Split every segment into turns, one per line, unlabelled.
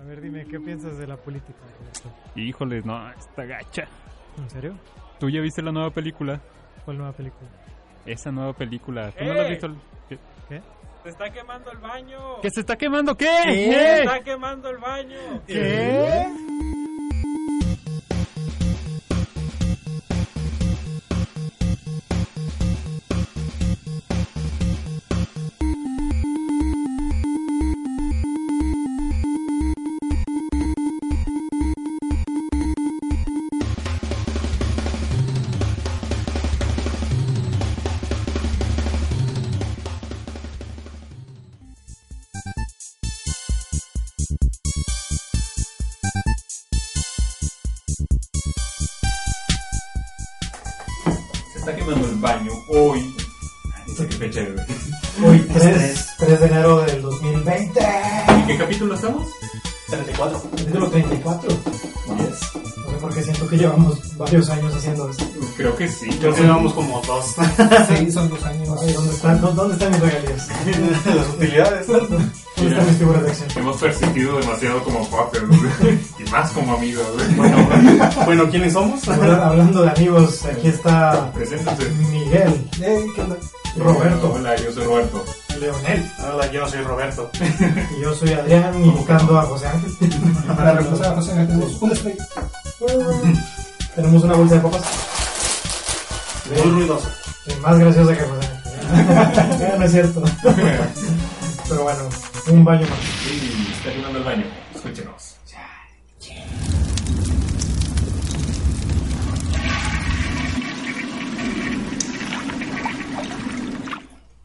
A ver, dime, ¿qué piensas de la política?
Híjole, no, está gacha.
¿En serio?
¿Tú ya viste la nueva película?
¿Cuál nueva película?
Esa nueva película. ¿Tú no la has
¡Eh!
visto? ¿Qué?
¿Qué?
Se está quemando el baño.
¿Que se está quemando? ¿Qué?
Se
¿Qué?
está quemando el baño.
Se está quemando el baño hoy. Ay, no sé qué fecha, güey.
Hoy 3, 3 de enero del 2020.
¿En qué capítulo estamos?
34. Capítulo 34.
Yes.
No sé por qué siento que llevamos varios años haciendo esto.
Creo que sí.
Yo sí llevamos como dos.
Sí, son dos años. Ay, ¿dónde, están, dó- ¿Dónde están mis regalías?
Las utilidades.
¿Dónde están mis figuras de acción?
Hemos persistido demasiado como podcast, güey. Y más como amigos, güey. Bueno,
Bueno, ¿quiénes somos?
Habla- Hablando de amigos, aquí está
preséntense.
Miguel. Eh, ¿qué onda? Roberto.
Hola, yo soy Roberto.
Leonel.
Hola, yo soy Roberto.
Y yo soy Adrián, invocando a José Ángel. Para reemplazar a José Ángel tenemos una estrella. Tenemos una bolsa de papas.
Muy ruidoso.
Soy más graciosa que José Ángel. Eh, no es cierto. Pero bueno, un baño más.
Y está quemando el baño. Escúchenos.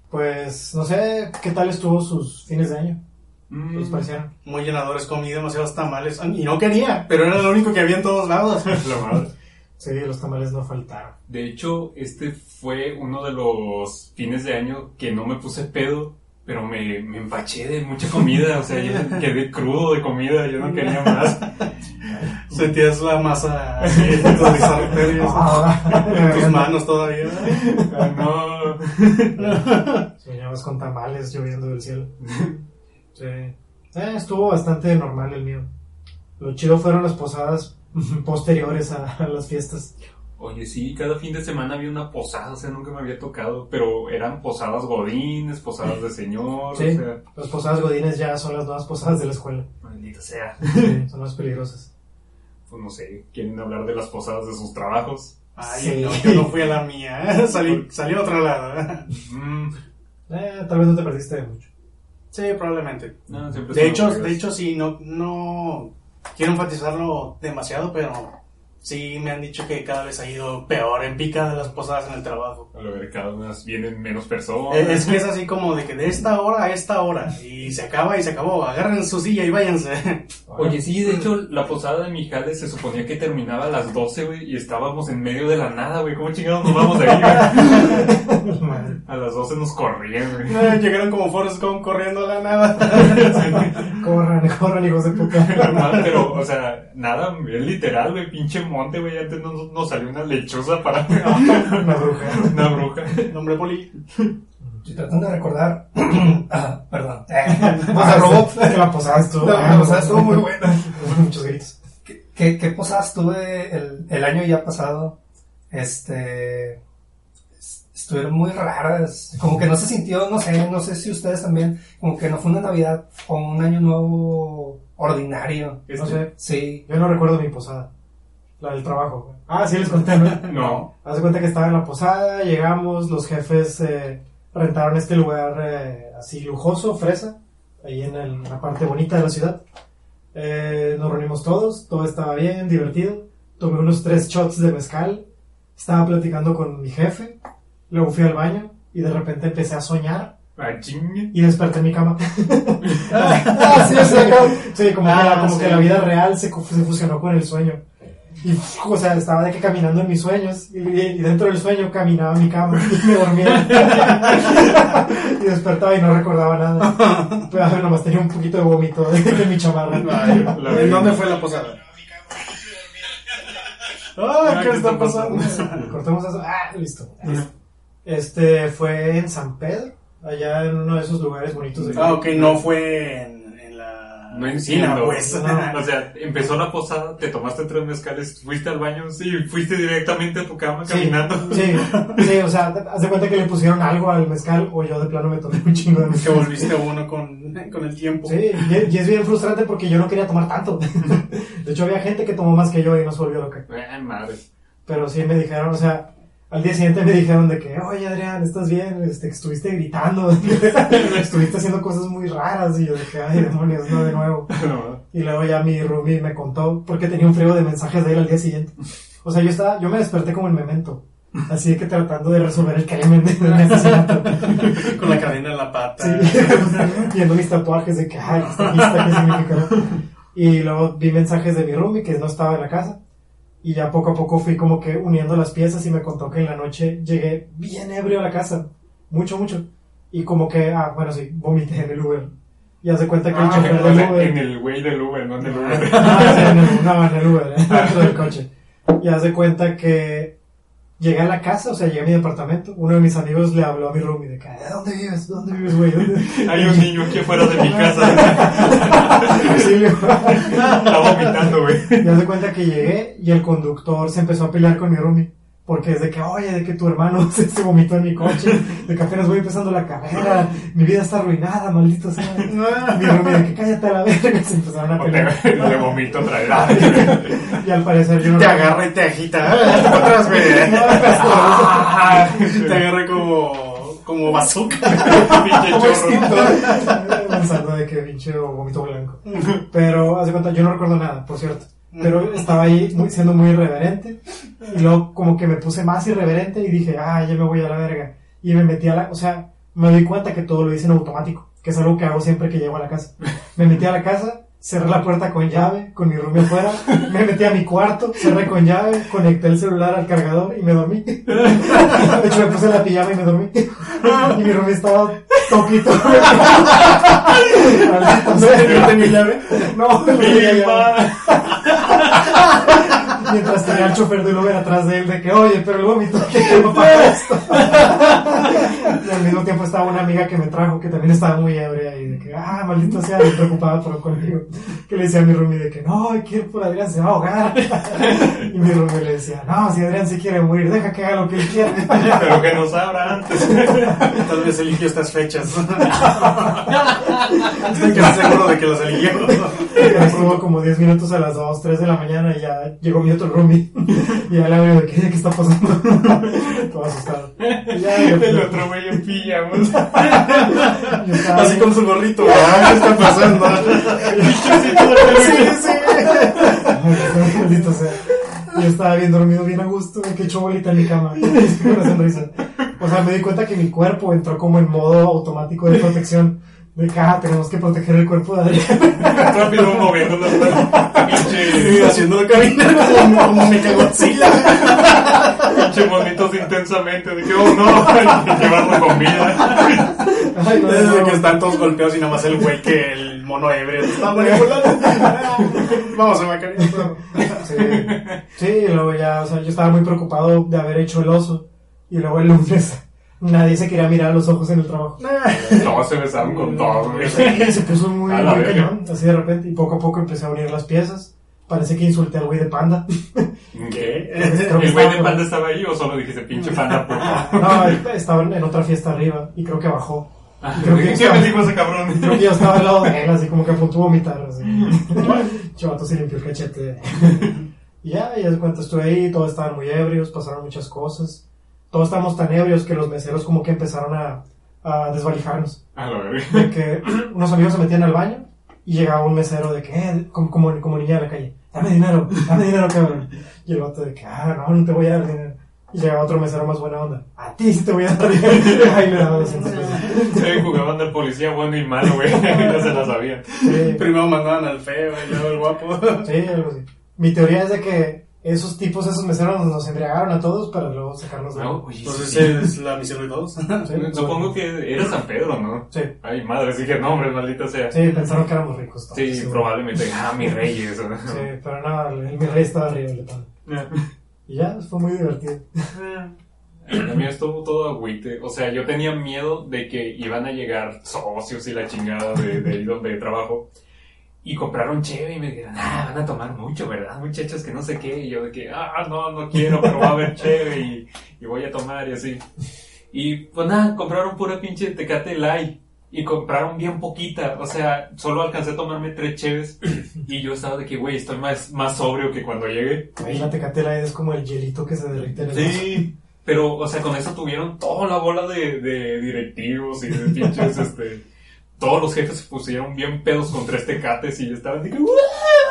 Pues no sé qué tal estuvo sus fines de año. ¿Qué les
Mm,
parecieron?
Muy llenadores, comí demasiados tamales. Y no quería, pero era lo único que había en todos lados.
la madre.
Sí, los tamales no faltaron.
De hecho, este fue uno de los fines de año que no me puse pedo, pero me, me empaché de mucha comida. O sea, yo quedé crudo de comida, yo no quería más.
Sentías la masa así en tus arterias,
Ah,
en tus manos todavía.
Ah, no.
Soñabas con tamales lloviendo del cielo. Sí. Eh, estuvo bastante normal el mío. Lo chido fueron las posadas posteriores a, a las fiestas.
Oye, sí, cada fin de semana había una posada, o sea, nunca me había tocado, pero eran posadas godines, posadas de señor,
Sí.
o sea,
Las posadas godines ya son las nuevas posadas de la escuela.
maldita sea.
Sí, son las peligrosas.
Pues no sé, quieren hablar de las posadas de sus trabajos.
Ay,
Sí.
no, yo no fui a la mía. Salí, salí a otra lado.
Mm,
Eh, tal vez no te perdiste de mucho.
Sí, probablemente.
no, siempre
De
son
hecho,
aburridas.
de hecho, sí, no, no quiero enfatizarlo demasiado, pero sí me han dicho que cada vez ha ido peor en pica de las posadas en el trabajo.
A lo ver, cada vez vienen menos personas.
Es es que es así como de que de esta hora a esta hora y se acaba y se acabó. Agarren su silla y váyanse.
Oye, sí, de hecho, la posada de mi jale se suponía que terminaba a las 12, güey, y estábamos en medio de la nada, güey. ¿Cómo chingados nos vamos de ahí, güey?
Madre.
A las 12 nos corrían, güey.
Llegaron como Forrest Gump corriendo a la nada.
Corran, corran, hijos de puta.
Normal, pero, o sea, nada, es literal, güey, pinche monte, güey. Antes no- nos salió una lechuza para
Una bruja.
una bruja.
Nombre Poli.
Estoy tratando de recordar. ah, perdón.
Ah,
Posa Robot.
esta- que La posada estuvo.
La posada estuvo muy buena.
Muchos gritos.
¿Qué, qué posadas tuve el, el año ya pasado? Este. es- Estuvieron muy raras. Como que no se sintió, no sé, no sé si ustedes también. Como que no fue una Navidad o un año nuevo ordinario.
No sé,
Sí.
yo no recuerdo mi posada. La del trabajo. Ah, sí, les conté, ¿no?
No.
Haz de cuenta que estaba en la posada, llegamos, los jefes eh, rentaron este lugar eh, así lujoso, fresa, ahí en, el- la parte bonita de la ciudad. Eh, nos reunimos todos, todo estaba bien, divertido. Tomé unos tres shots de mezcal, estaba platicando con mi jefe, luego fui al baño y de repente empecé a soñar
Ah, chingue.
y desperté en mi cama.
Ah, sí,
Sí, o sea, como- sí, como, que, la,
Ah,
como
sí.
que la vida real se, co- se fusionó con el sueño. Y, pf, o sea, estaba de que caminando en mis sueños. Y, y dentro del sueño caminaba a mi cama y me dormía. y despertaba y no recordaba nada. Pero a ver, nomás tenía un poquito de vómito de, de mi chamarra.
la
¿En dónde fue la posada?
Ah, ¿qué
¿qué
está
está
pasando? Cortemos eso. Ah, listo. Este fue en San Pedro, allá en uno de esos lugares bonitos. de-
Ah, ok, no fue en, en la.
No
Mira,
entiendo.
pues.
O sea, empezó la posada, te tomaste tres mezcales, fuiste al baño, sí, fuiste directamente a tu cama caminando.
Sí, sí, o sea, te- haz de cuenta que le pusieron algo al mezcal o yo de plano me tomé un chingo de
Que
mezcal.
volviste uno con, con el tiempo.
Sí, y, y es bien frustrante porque yo no quería tomar tanto. De hecho, había gente que tomó más que yo y no se volvió loca.
Eh, madre.
Pero sí me dijeron, o sea, al día siguiente me dijeron de que, oye Adrián, estás bien, este, que estuviste gritando, estuviste haciendo cosas muy raras. Y yo dije, ay demonios, no de nuevo.
No.
Y luego ya mi Ruby me contó porque tenía un frío de mensajes de él al día siguiente. O sea, yo estaba, yo me desperté como en memento. Así que tratando de resolver el crimen de un asesinato.
Con la cadena en la pata.
Sí, viendo mis tatuajes de que, ay, esta lista, ¿qué significa? Y luego vi mensajes de mi roomie que no estaba en la casa. Y ya poco a poco fui como que uniendo las piezas y me contó que en la noche llegué bien ebrio a la casa. Mucho, mucho. Y como que, ah, bueno, sí, vomité en el Uber. Y hace cuenta que el
Ah,
chofer
o
del
sea,
Uber...
en el güey del Uber, no en el Uber.
Ah, o sea, en el- no, en el Uber, eh, dentro del coche. Y haz de cuenta que llegué a la casa, o sea, llegué a mi departamento. Uno de mis amigos le habló a mi roomie de que, "Eh, ¿dónde vives? ¿Dónde vives, güey? ¿Dónde-"
Hay un niño aquí afuera de mi casa,
Auxilio.
está vomitando, güey.
Y haz de cuenta que llegué y el conductor se empezó a pelear con mi roomie. Porque es de que, oye, de que tu hermano se, se vomitó en mi coche, de que apenas voy empezando la carrera, mi vida está arruinada, maldito sea. Mi roomie de que cállate a la verga, se empezaron a
O te-
pelear.
Le vomito otra vez.
Y al parecer yo no
Te agarra y te agita. Otras veces. Ah, te agarra como, como bazooka.
Pinche chorro.
Pensando de que pinche vomito blanco. Pero, hace cuenta, yo no recuerdo nada, por cierto. Pero estaba ahí muy- siendo muy irreverente. Y luego, como que me puse más irreverente y dije, ah, ya me voy a la verga. Y me metí a la. O sea, me di cuenta que todo lo hice en automático, que es algo que hago siempre que llego a la casa. Me metí a la casa. Cerré la puerta con llave, con mi roomie afuera, me metí a mi cuarto, cerré con llave, conecté el celular al cargador y me dormí. De hecho, me puse la pijama y me dormí. Y mi roomie estaba toquito. ¿No tenía llave? No, no tenía llave. Mientras tenía al chofer del Uber atrás de él, de que, oye, pero el vómito, ¿qué tengo para esto? Y al mismo tiempo estaba una amiga que me trajo, que también estaba muy ebria, y de que, ah, maldito sea, me preocupaba por conmigo. Que le decía a mi roomie de que, no, hay que ir por Adrián, se va a ahogar. Y mi roomie le decía, no, si Adrián se quiere morir, deja que haga lo que él quiera.
Pero que no sabrá antes.
Tal vez eligió estas fechas. Estoy casi seguro de que las eligió.
Ya Estuvo como 10 minutos a las 2, 3 de la mañana y ya llegó mi otro roomie. Y ya le hablé de qué, qué está pasando. Todo asustado. Y ya, yo,
El otro güey en pijama.
yo estaba
Así
ahí.
con su gorrito. Ah, ¿Qué está pasando?
Sí, sí. Ay, Maldito sea. Yo estaba bien dormido, bien a gusto, de que echó bolita en mi cama. Con una sonrisa. O sea, me di cuenta que mi cuerpo entró como en modo automático de protección. De que, ah, tenemos que proteger el cuerpo de Adrián.
Rápido moviendo las manos.
Sí,
Pinche,
haciéndolo caminar como, como Mechagodzilla.
pinche momentos intensamente. De que, oh no, hay que llevarlo con vida.
Ay, no, no,
Desde
no.
que están todos golpeados y nada más el güey que el mono ebrio. Está manipulando. Vamos a caer.
Sí. Sí, y luego ya, o sea, yo estaba muy preocupado de haber hecho el oso. Y luego el lunes nadie se quería mirar a los ojos en el trabajo.
Todos se besaron con todo, güey.
Y se puso muy,
A la
muy
verga.
cañón, así de repente. Y poco a poco empecé a unir las piezas. Parece que insulté al güey de panda.
¿Qué?
Creo que
¿El güey
estaba-
de panda estaba ahí o solo dijiste pinche panda, por favor?
No, estaba en otra fiesta arriba y creo que bajó. Y creo que
Ah, ¿Qué me dijo ese cabrón?
Creo que yo estaba al lado de él, así como que apuntó a vomitar. Así. Chavato se limpió el cachete. y ya, y de cuenta, estuve ahí, todos estaban muy ebrios, pasaron muchas cosas. Todos estábamos tan ebrios que los meseros como que empezaron a, a desvalijarnos.
A la verga.
De que unos amigos se metían al baño y llegaba un mesero de que, eh, como, como, como niña de la calle, dame dinero, dame dinero, cabrón. Y el vato de que, ah, no, no te voy a dar dinero. Y llegaba otro mesero más buena onda, a ti sí te voy a dar dinero. Ahí le daba 200 pesos.
Sí, jugaban al policía bueno y malo, güey. Ya se la sabían.
Sí.
Primero mandaban al feo y luego el guapo.
Sí, algo así. Mi teoría es de que esos tipos, esos meseros nos embriagaron a todos para luego sacarnos de
No, oye,
Entonces
sí.
es la misión de todos.
Sí,
Supongo que era San Pedro, ¿no?
Sí,
Ay, madre, sí que nombre, maldita sea.
sí, pensaron que éramos ricos. todos.
Sí, probablemente. Ah, mi rey, eso.
Sí, pero no, el, el mi rey estaba arriba del pan. Y ya, fue muy divertido.
El mío estuvo todo agüite. O sea, yo tenía miedo de que iban a llegar socios y la chingada de, de ahí donde trabajo. y compraron cheve y me dijeron, ah, van a tomar mucho, ¿verdad? Muchachos, que no sé qué. Y yo de que, ah, no, no quiero, pero va a haber cheve y, y voy a tomar y así. Y pues nada, compraron pura pinche Tecate Light y compraron bien poquita. O sea, solo alcancé a tomarme tres cheves y yo estaba de que, güey, estoy más, más sobrio que cuando llegué.
Ahí la tecatela es como el hielito que se derrite en el vaso.
Sí, pero, o sea, con eso tuvieron toda la bola de, de directivos y de pinches, este... Todos los jefes se pusieron bien pedos con tres tecates y estaban así que... "¡Uah!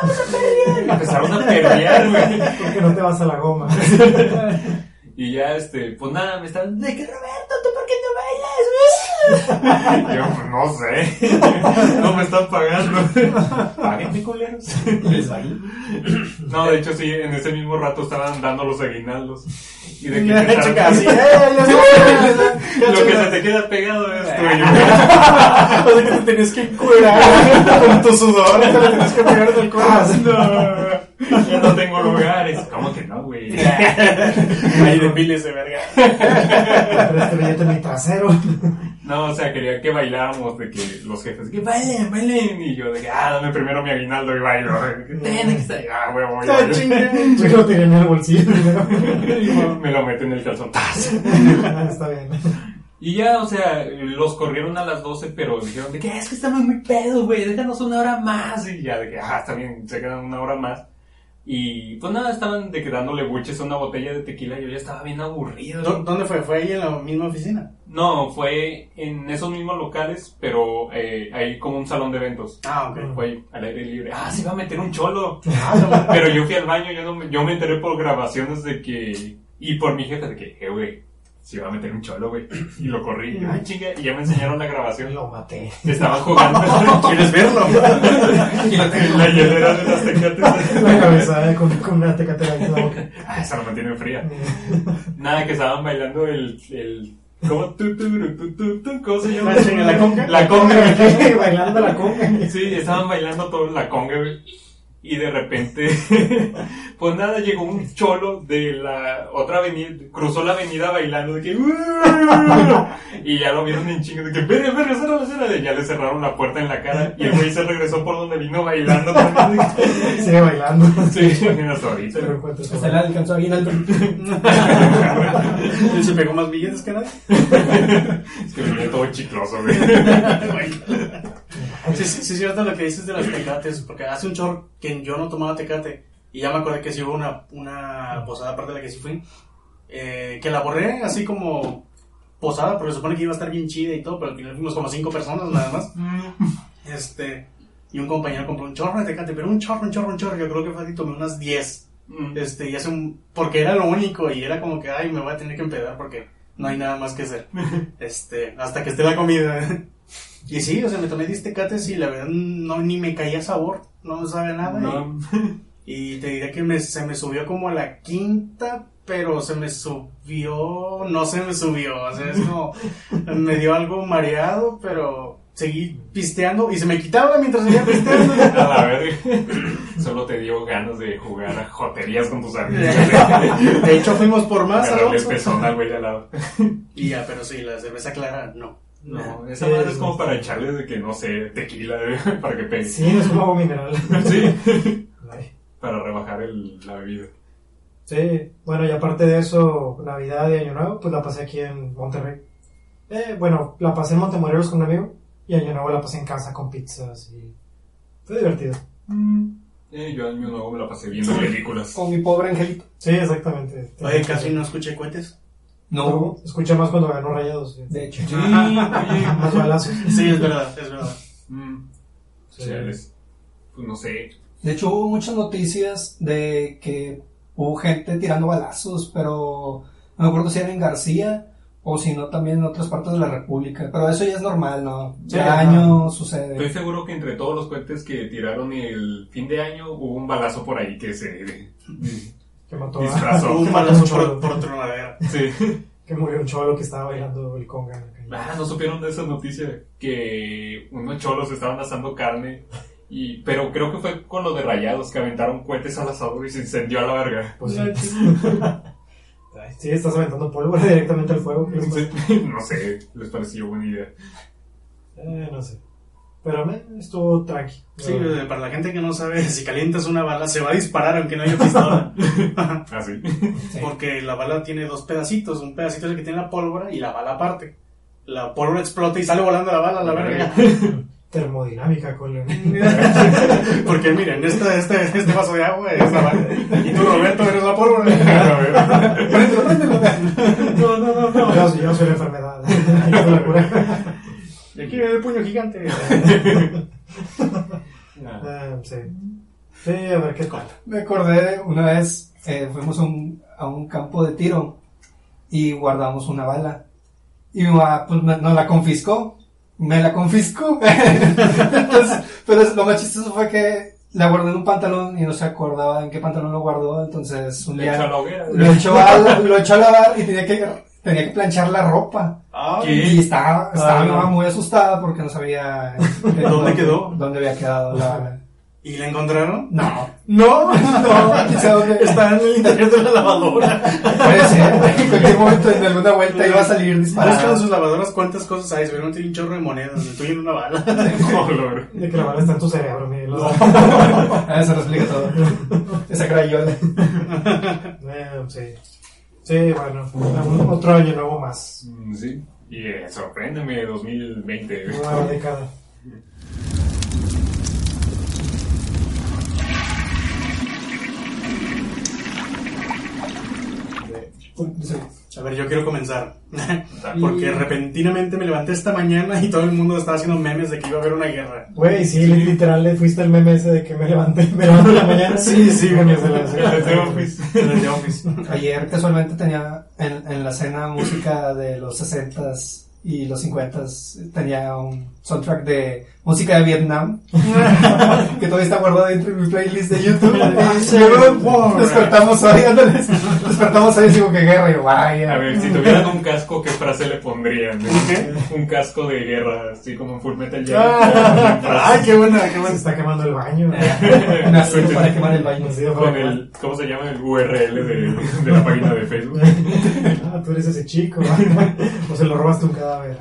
¡Vamos a pelear!". Y Empezaron a pelear, güey.
Porque no te vas a la goma.
Y ya, este, pues nada, me están... De que, Roberto, ¿tú por qué no bailas? Yo, pues, no sé. No me están pagando. Páguenme, culeros.
Les bailo.
No, de hecho, sí, en ese mismo rato estaban dando los aguinaldos. Y de que empezaron-
Chica, así, eh, ya sé.
Lo que se te queda pegado es tuyo.
O sea, que te tenías que curar con tu sudor, te lo tenías que pegar del corazón.
No, ya no tengo lugares. ¿Cómo que no, güey?
Ahí de piles de verga.
Pero este billete en mi trasero.
No, o sea, quería que bailáramos de que los jefes, que bailen, bailen. Y yo de que, ah, dame primero mi aguinaldo y bailo. Ten, aquí está. Ah, huevo, ya, ya.
Yo lo tiré en el bolsillo primero.
Me lo meten en el calzón. ¡Tas!
Ah, está bien.
Y ya, o sea, los corrieron a las 12, pero dijeron de que es que estamos muy pedos, güey, déjanos una hora más. Y ya, de que, ah, está bien, se quedan una hora más. Y pues nada, estaban de que dándole buches a una botella de tequila. Yo ya estaba bien aburrido.
¿Dó- ¿Dónde fue? ¿Fue ahí en la misma oficina?
No, fue en esos mismos locales, pero eh, ahí como un salón de eventos.
Ah,
Fue ahí, al aire libre. Ah, se iba a meter un cholo. pero yo fui al baño, yo, no, me- yo me enteré por grabaciones de que... Y por mi jefe de que, eh, güey, se iba a meter un cholo, güey. Y lo corrí. Y yo, ay, chinga, y ya me enseñaron la grabación.
Lo maté.
Estaban jugando
¿Quieres verlo?
en la hielera de las tecates.
La cabeza eh, con, con una tecatela en la boca.
Ah, esa lo mantiene fría. Nada, que estaban bailando el... el ¿Cómo? Tu, tu, ru, tu, tu, tu, ¿Cómo se llama?
La chinga, la conga.
La conga.
Bailando la conga.
Sí, estaban bailando todos la conga, güey. Y de repente, pues nada, llegó un cholo de la otra avenida, cruzó la avenida bailando de que... "Uh", Y ya lo vieron en chingo de que... Ven, ven, cierra, cierra", y Ya le cerraron la puerta en la cara y el güey se regresó por donde vino bailando.
Sigue bailando.
Sí, hasta ahorita.
Se lo encuentro.
Hasta le alcanzó a Guinaldo.
¿Y se pegó más billetes que nadie?
Es que venía todo chicloso, güey.
Sí, sí, sí, es cierto lo que dices de las tecates, porque hace un chorro que yo no tomaba tecate, y ya me acordé que sí hubo una, una posada, aparte de la que sí fui, eh, que la borré así como posada, porque se supone que iba a estar bien chida y todo, pero al final fuimos como cinco personas nada más. Este, y un compañero compró un chorro de tecate, pero un chorro, un chorro, un chorro, yo creo que fácil tomé unas 10. Este, y hace un. Porque era lo único, y era como que, ay, me voy a tener que empedar porque no hay nada más que hacer. Este, hasta que esté la comida. Y sí, o sea, me tomé 10 tecates y la verdad no, ni me caía sabor, no sabe nada.
No.
Y, y te diré que me, se me subió como a la quinta, pero se me subió, no se me subió, o sea, es como, me dio algo mareado, pero seguí pisteando y se me quitaba mientras seguía pisteando.
A la verga. Solo te dio ganas de jugar a joterías con tus amigos. güey.
De hecho, fuimos por más,
Agarrarle el
Alonso.
pezón al güey de al lado.
Y ya, pero sí, la cerveza clara, no.
No, esa madre es como para echarle de que no sé, tequila, eh, para que pegue. Sí.
Sí, no es un agua mineral. Ay.
Para rebajar el, la bebida.
Sí, bueno, y aparte de eso, Navidad y Año Nuevo, pues la pasé aquí en Monterrey. Eh, bueno, la pasé en Montemorelos con un amigo y Año Nuevo la pasé en casa con pizzas y... Fue divertido.
Eh, yo año nuevo me la pasé viendo películas.
Con mi pobre angelito.
Sí, exactamente.
Oye, casi no escuché cuentes.
No, escuché más cuando ganó Rayados. sí.
De hecho. Ah,
Sí, oye.
Más balazos.
Sí, es verdad, es verdad.
Mm, chales. Pues no sé.
De hecho, hubo muchas noticias de que hubo gente tirando balazos, pero no me acuerdo si era en García o si no también en otras partes de la República. Pero eso ya es normal, ¿no?
Sí,
Cada
ajá.
año sucede.
Estoy seguro que entre todos los cohetes que tiraron el fin de año hubo un balazo por ahí que se
Que mató a...
disfrazó.
Un balazo por, por tronadera.
Sí.
Que murió un cholo que estaba bailando el conga en la calle.
Ah, no supieron de esa noticia que unos cholos estaban asando carne. Y, pero creo que fue con los de rayados que aventaron cohetes al asador y se incendió a la verga.
Pues sí. Ay, sí, estás aventando pólvora directamente pues, al fuego. ¿qué les pasa?
No sé, les pareció buena idea.
Eh, no sé. Pero men, estuvo tranqui.
Sí,
Ah.
eh, para la gente que no sabe, si calientas una bala, se va a disparar aunque no haya pistola.
Así.
Sí.
Porque la bala tiene dos pedacitos. Un pedacito es el que tiene la pólvora y la bala aparte. La pólvora explota y sale volando la bala a la verga.
Termodinámica, Colin.
Porque miren, este, este, este vaso de agua es la bala. Y tú, Roberto, eres la pólvora.
Préndelo, préndelo.
No, no, no, no.
Yo, yo soy la enfermedad. Yo soy la cura.
Y aquí viene el puño gigante.
Ah,
Ah, sí. Sí, a ver qué tal.
Me acordé una vez, eh, fuimos a un, a un campo de tiro y guardamos una bala. Y mi mamá, pues, me- nos la confiscó. Me la confiscó. Entonces, pero lo más chistoso fue que la guardé en un pantalón y no se acordaba en qué pantalón lo guardó. Entonces, un
Le echó a
día
la hoguera.
lo echó a, lo echó a lavar y tenía que, tenía que planchar la ropa.
Ay,
Y
¿Qué?
estaba, estaba
Ah,
mi mamá
no.
muy asustada porque no sabía eh,
¿Dónde quedó?
dónde había quedado la bala.
¿Y la encontraron?
No,
No,
no, quizá dónde
está en el interior de la lavadora.
Puede ser, en cualquier momento, en alguna vuelta iba a salir
Buscan
disparado.
sus lavadoras cuántas cosas hay. Seguramente hay un chorro de monedas. El tuyo en una bala.
Color.
De que la bala está en tu cerebro, Miguel.
Ah, eso lo explica todo. Esa crayola.
Eh, sí. Sí, bueno. algún Otro año nuevo más.
Mm, Sí. Y eh, sorpréndeme 2020. güey.
Nueva década.
A ver, yo quiero comenzar. Porque repentinamente me levanté esta mañana y todo el mundo estaba haciendo memes de que iba a haber una guerra.
Güey, sí, literal le fuiste el meme ese de que me levanté, me levanté en la mañana.
Sí, sí, güey.
Memes de la-
The Office.
En The Office.
Ayer casualmente tenía en, en la cena música de los 60s y los 50s. Tenía un soundtrack de música de Vietnam que todavía está guardado dentro de mi playlist de YouTube. Y luego despertamos hoy, ándale, despertamos hoy y digo que guerra. Y yo, vaya.
A ver, si tuvieran un casco, ¿qué frase le pondrían?
¿Qué?
Un casco de guerra, así como un full metal
Ay, qué buena, qué
Se
buena.
está quemando el baño.
Nacido para quemar el baño.
Nacido para
Con
quemar.
el, ¿cómo se llama el URL de, de la página de Facebook?
Ah, tú eres ese chico. O se lo robaste un cadáver.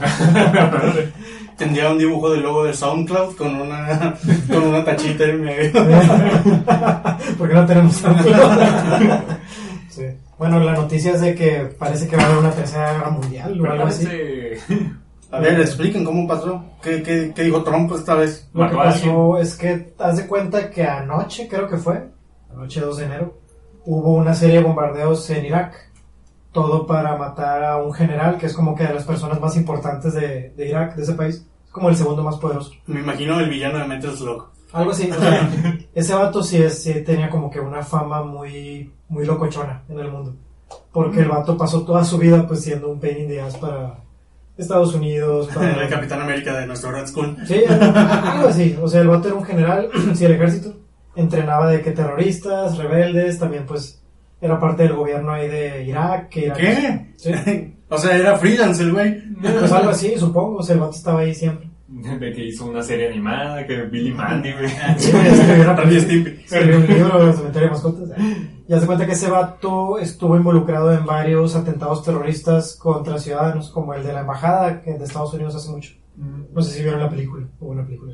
Tendría un dibujo del logo de SoundCloud con una, con una tachita en medio.
Porque no tenemos tanto. Sí. Bueno, la noticia es de que parece que va a haber una tercera guerra mundial o algo así.
Parece-
A ver, expliquen cómo pasó. ¿Qué, qué, qué dijo Trump esta vez?
Lo que
Mató a alguien.
pasó es que, haz de cuenta que anoche, creo que fue, anoche 2 de enero, hubo una serie de bombardeos en Irak. Todo para matar a un general que es como que de las personas más importantes de, de Irak, de ese país. Es como el segundo más poderoso.
Me imagino el villano de Metal Slug.
Algo así. o sea, ese vato sí, es- sí tenía como que una fama muy, muy locochona en el mundo. Porque el vato pasó toda su vida pues siendo un pain in the ass para Estados Unidos, para...
El Capitán América de nuestro Red School.
Sí, eh, algo así. O sea, el vato era un general, sí, el ejército. Entrenaba de que terroristas, rebeldes, también pues era parte del gobierno ahí de Irak. Que Irak
¿Qué?
Sí.
O sea, era freelance el güey.
Pues algo así, supongo. O sea, el vato estaba ahí siempre.
De que hizo una serie animada, que Billy Mandy, güey.
Sí, escribió una
Randy Stimpy.
escribió un libro, Cementerio de Mascotas. Y hace cuenta que ese vato estuvo involucrado en varios atentados terroristas contra ciudadanos, como el de la embajada que de Estados Unidos hace mucho. No sé si vieron la película, o una película.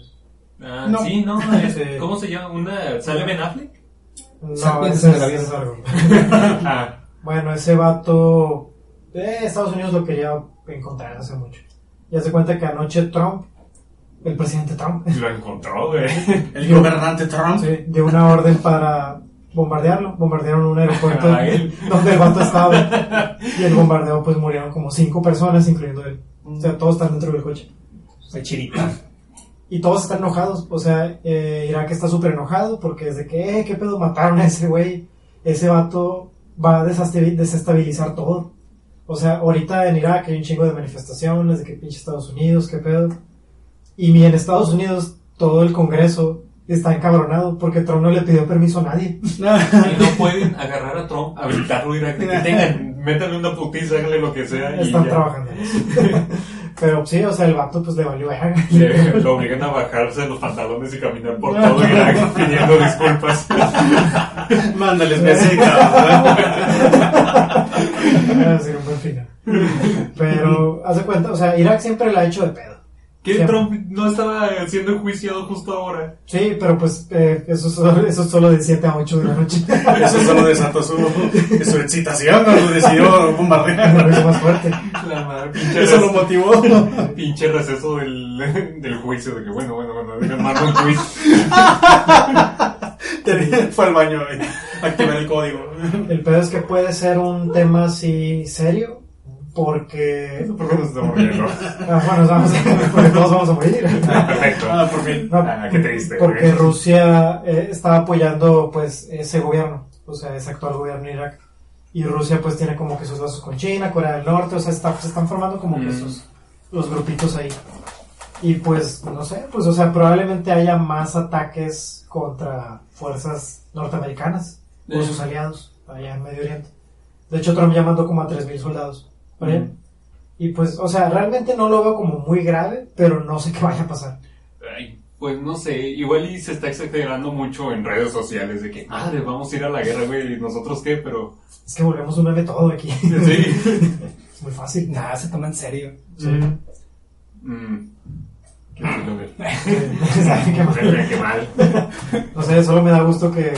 Ah,
No.
Sí, no, es-
Sí.
¿cómo se llama? ¿Una, ¿Sale Ben Affleck?
No,
Sapiens
ese
de
es,
la
ese
vida.
es algo.
Ah,
Bueno, ese vato eh, Estados Unidos lo quería encontrar hace mucho. Y hace cuenta que anoche Trump, el presidente Trump,
lo encontró, güey.
El gobernante Trump.
Sí, dio una orden para bombardearlo. Bombardearon un aeropuerto
Ah, él.
donde el vato estaba. Y el bombardeo, pues murieron como cinco personas, incluyendo él. O sea, todos están dentro del coche.
Soy chirita.
Y todos están enojados. O sea, eh, Irak está súper enojado porque es de que, eh, ¿qué pedo mataron a ese güey? Ese vato va a desestabi- desestabilizar todo. O sea, ahorita en Irak hay un chingo de manifestaciones de que pinche Estados Unidos, qué pedo. Y ni en Estados Unidos todo el Congreso está encabronado porque Trump no le pidió permiso a nadie.
Y no pueden agarrar a Trump, habilitarlo directamente. Tengan, métanle una putiza, háganle lo que sea. y
Están
ya.
trabajando. en eso. Pero sí, o sea, el vato pues le valió verga.
Le- lo obligan a bajarse los pantalones y caminar por todo Irak pidiendo disculpas.
Mándales besitos.
Iba a decir un buen final. Pero, hace cuenta, o sea, Irak siempre la ha hecho de pedo.
Que
Siempre.
Trump no estaba siendo enjuiciado justo ahora.
Sí, pero pues eh, eso, es solo, eso es solo de 7 a 8 de la noche.
Eso solo desató su, su excitación cuando decidió bombardear.
es más fuerte.
La madre, pinche,
Eso lo
receso,
motivó.
pinche receso del, del juicio. De que bueno, bueno, bueno, deja en mano el juicio.
Fue al baño güey, a activar el código.
El pedo es que puede ser un tema así serio, porque...
¿Por qué nos estamos riendo?
Ah, bueno, nos vamos a- porque todos vamos a morir.
Ah, perfecto.
Ah, por fin.
No,
Ah, qué triste.
Porque
güey.
Rusia eh, está apoyando pues ese gobierno, o sea, ese actual gobierno de Irak. Y Rusia pues tiene como que sus lazos con China, Corea del Norte, o sea, está- se están formando como que
Mm.
esos los grupitos ahí. Y pues, no sé, pues, o sea, probablemente haya más ataques contra fuerzas norteamericanas o
Eh.
sus aliados allá en Medio Oriente. De hecho, Trump ya mandó como a 3.000 soldados para allá. Y pues, o sea, realmente no lo veo como muy grave, pero no sé qué vaya a pasar.
Ay, pues no sé, igual y se está exagerando mucho en redes sociales de que, madre, vamos a ir a la guerra, güey, ¿y nosotros qué? Pero,
Es que volvemos un de todo aquí.
sí.
Es muy fácil.
Nada, ah, se toma en serio.
Sí.
Mm. Qué estilo de-
Saben qué mal.
Qué mal.
No sé, solo me da gusto que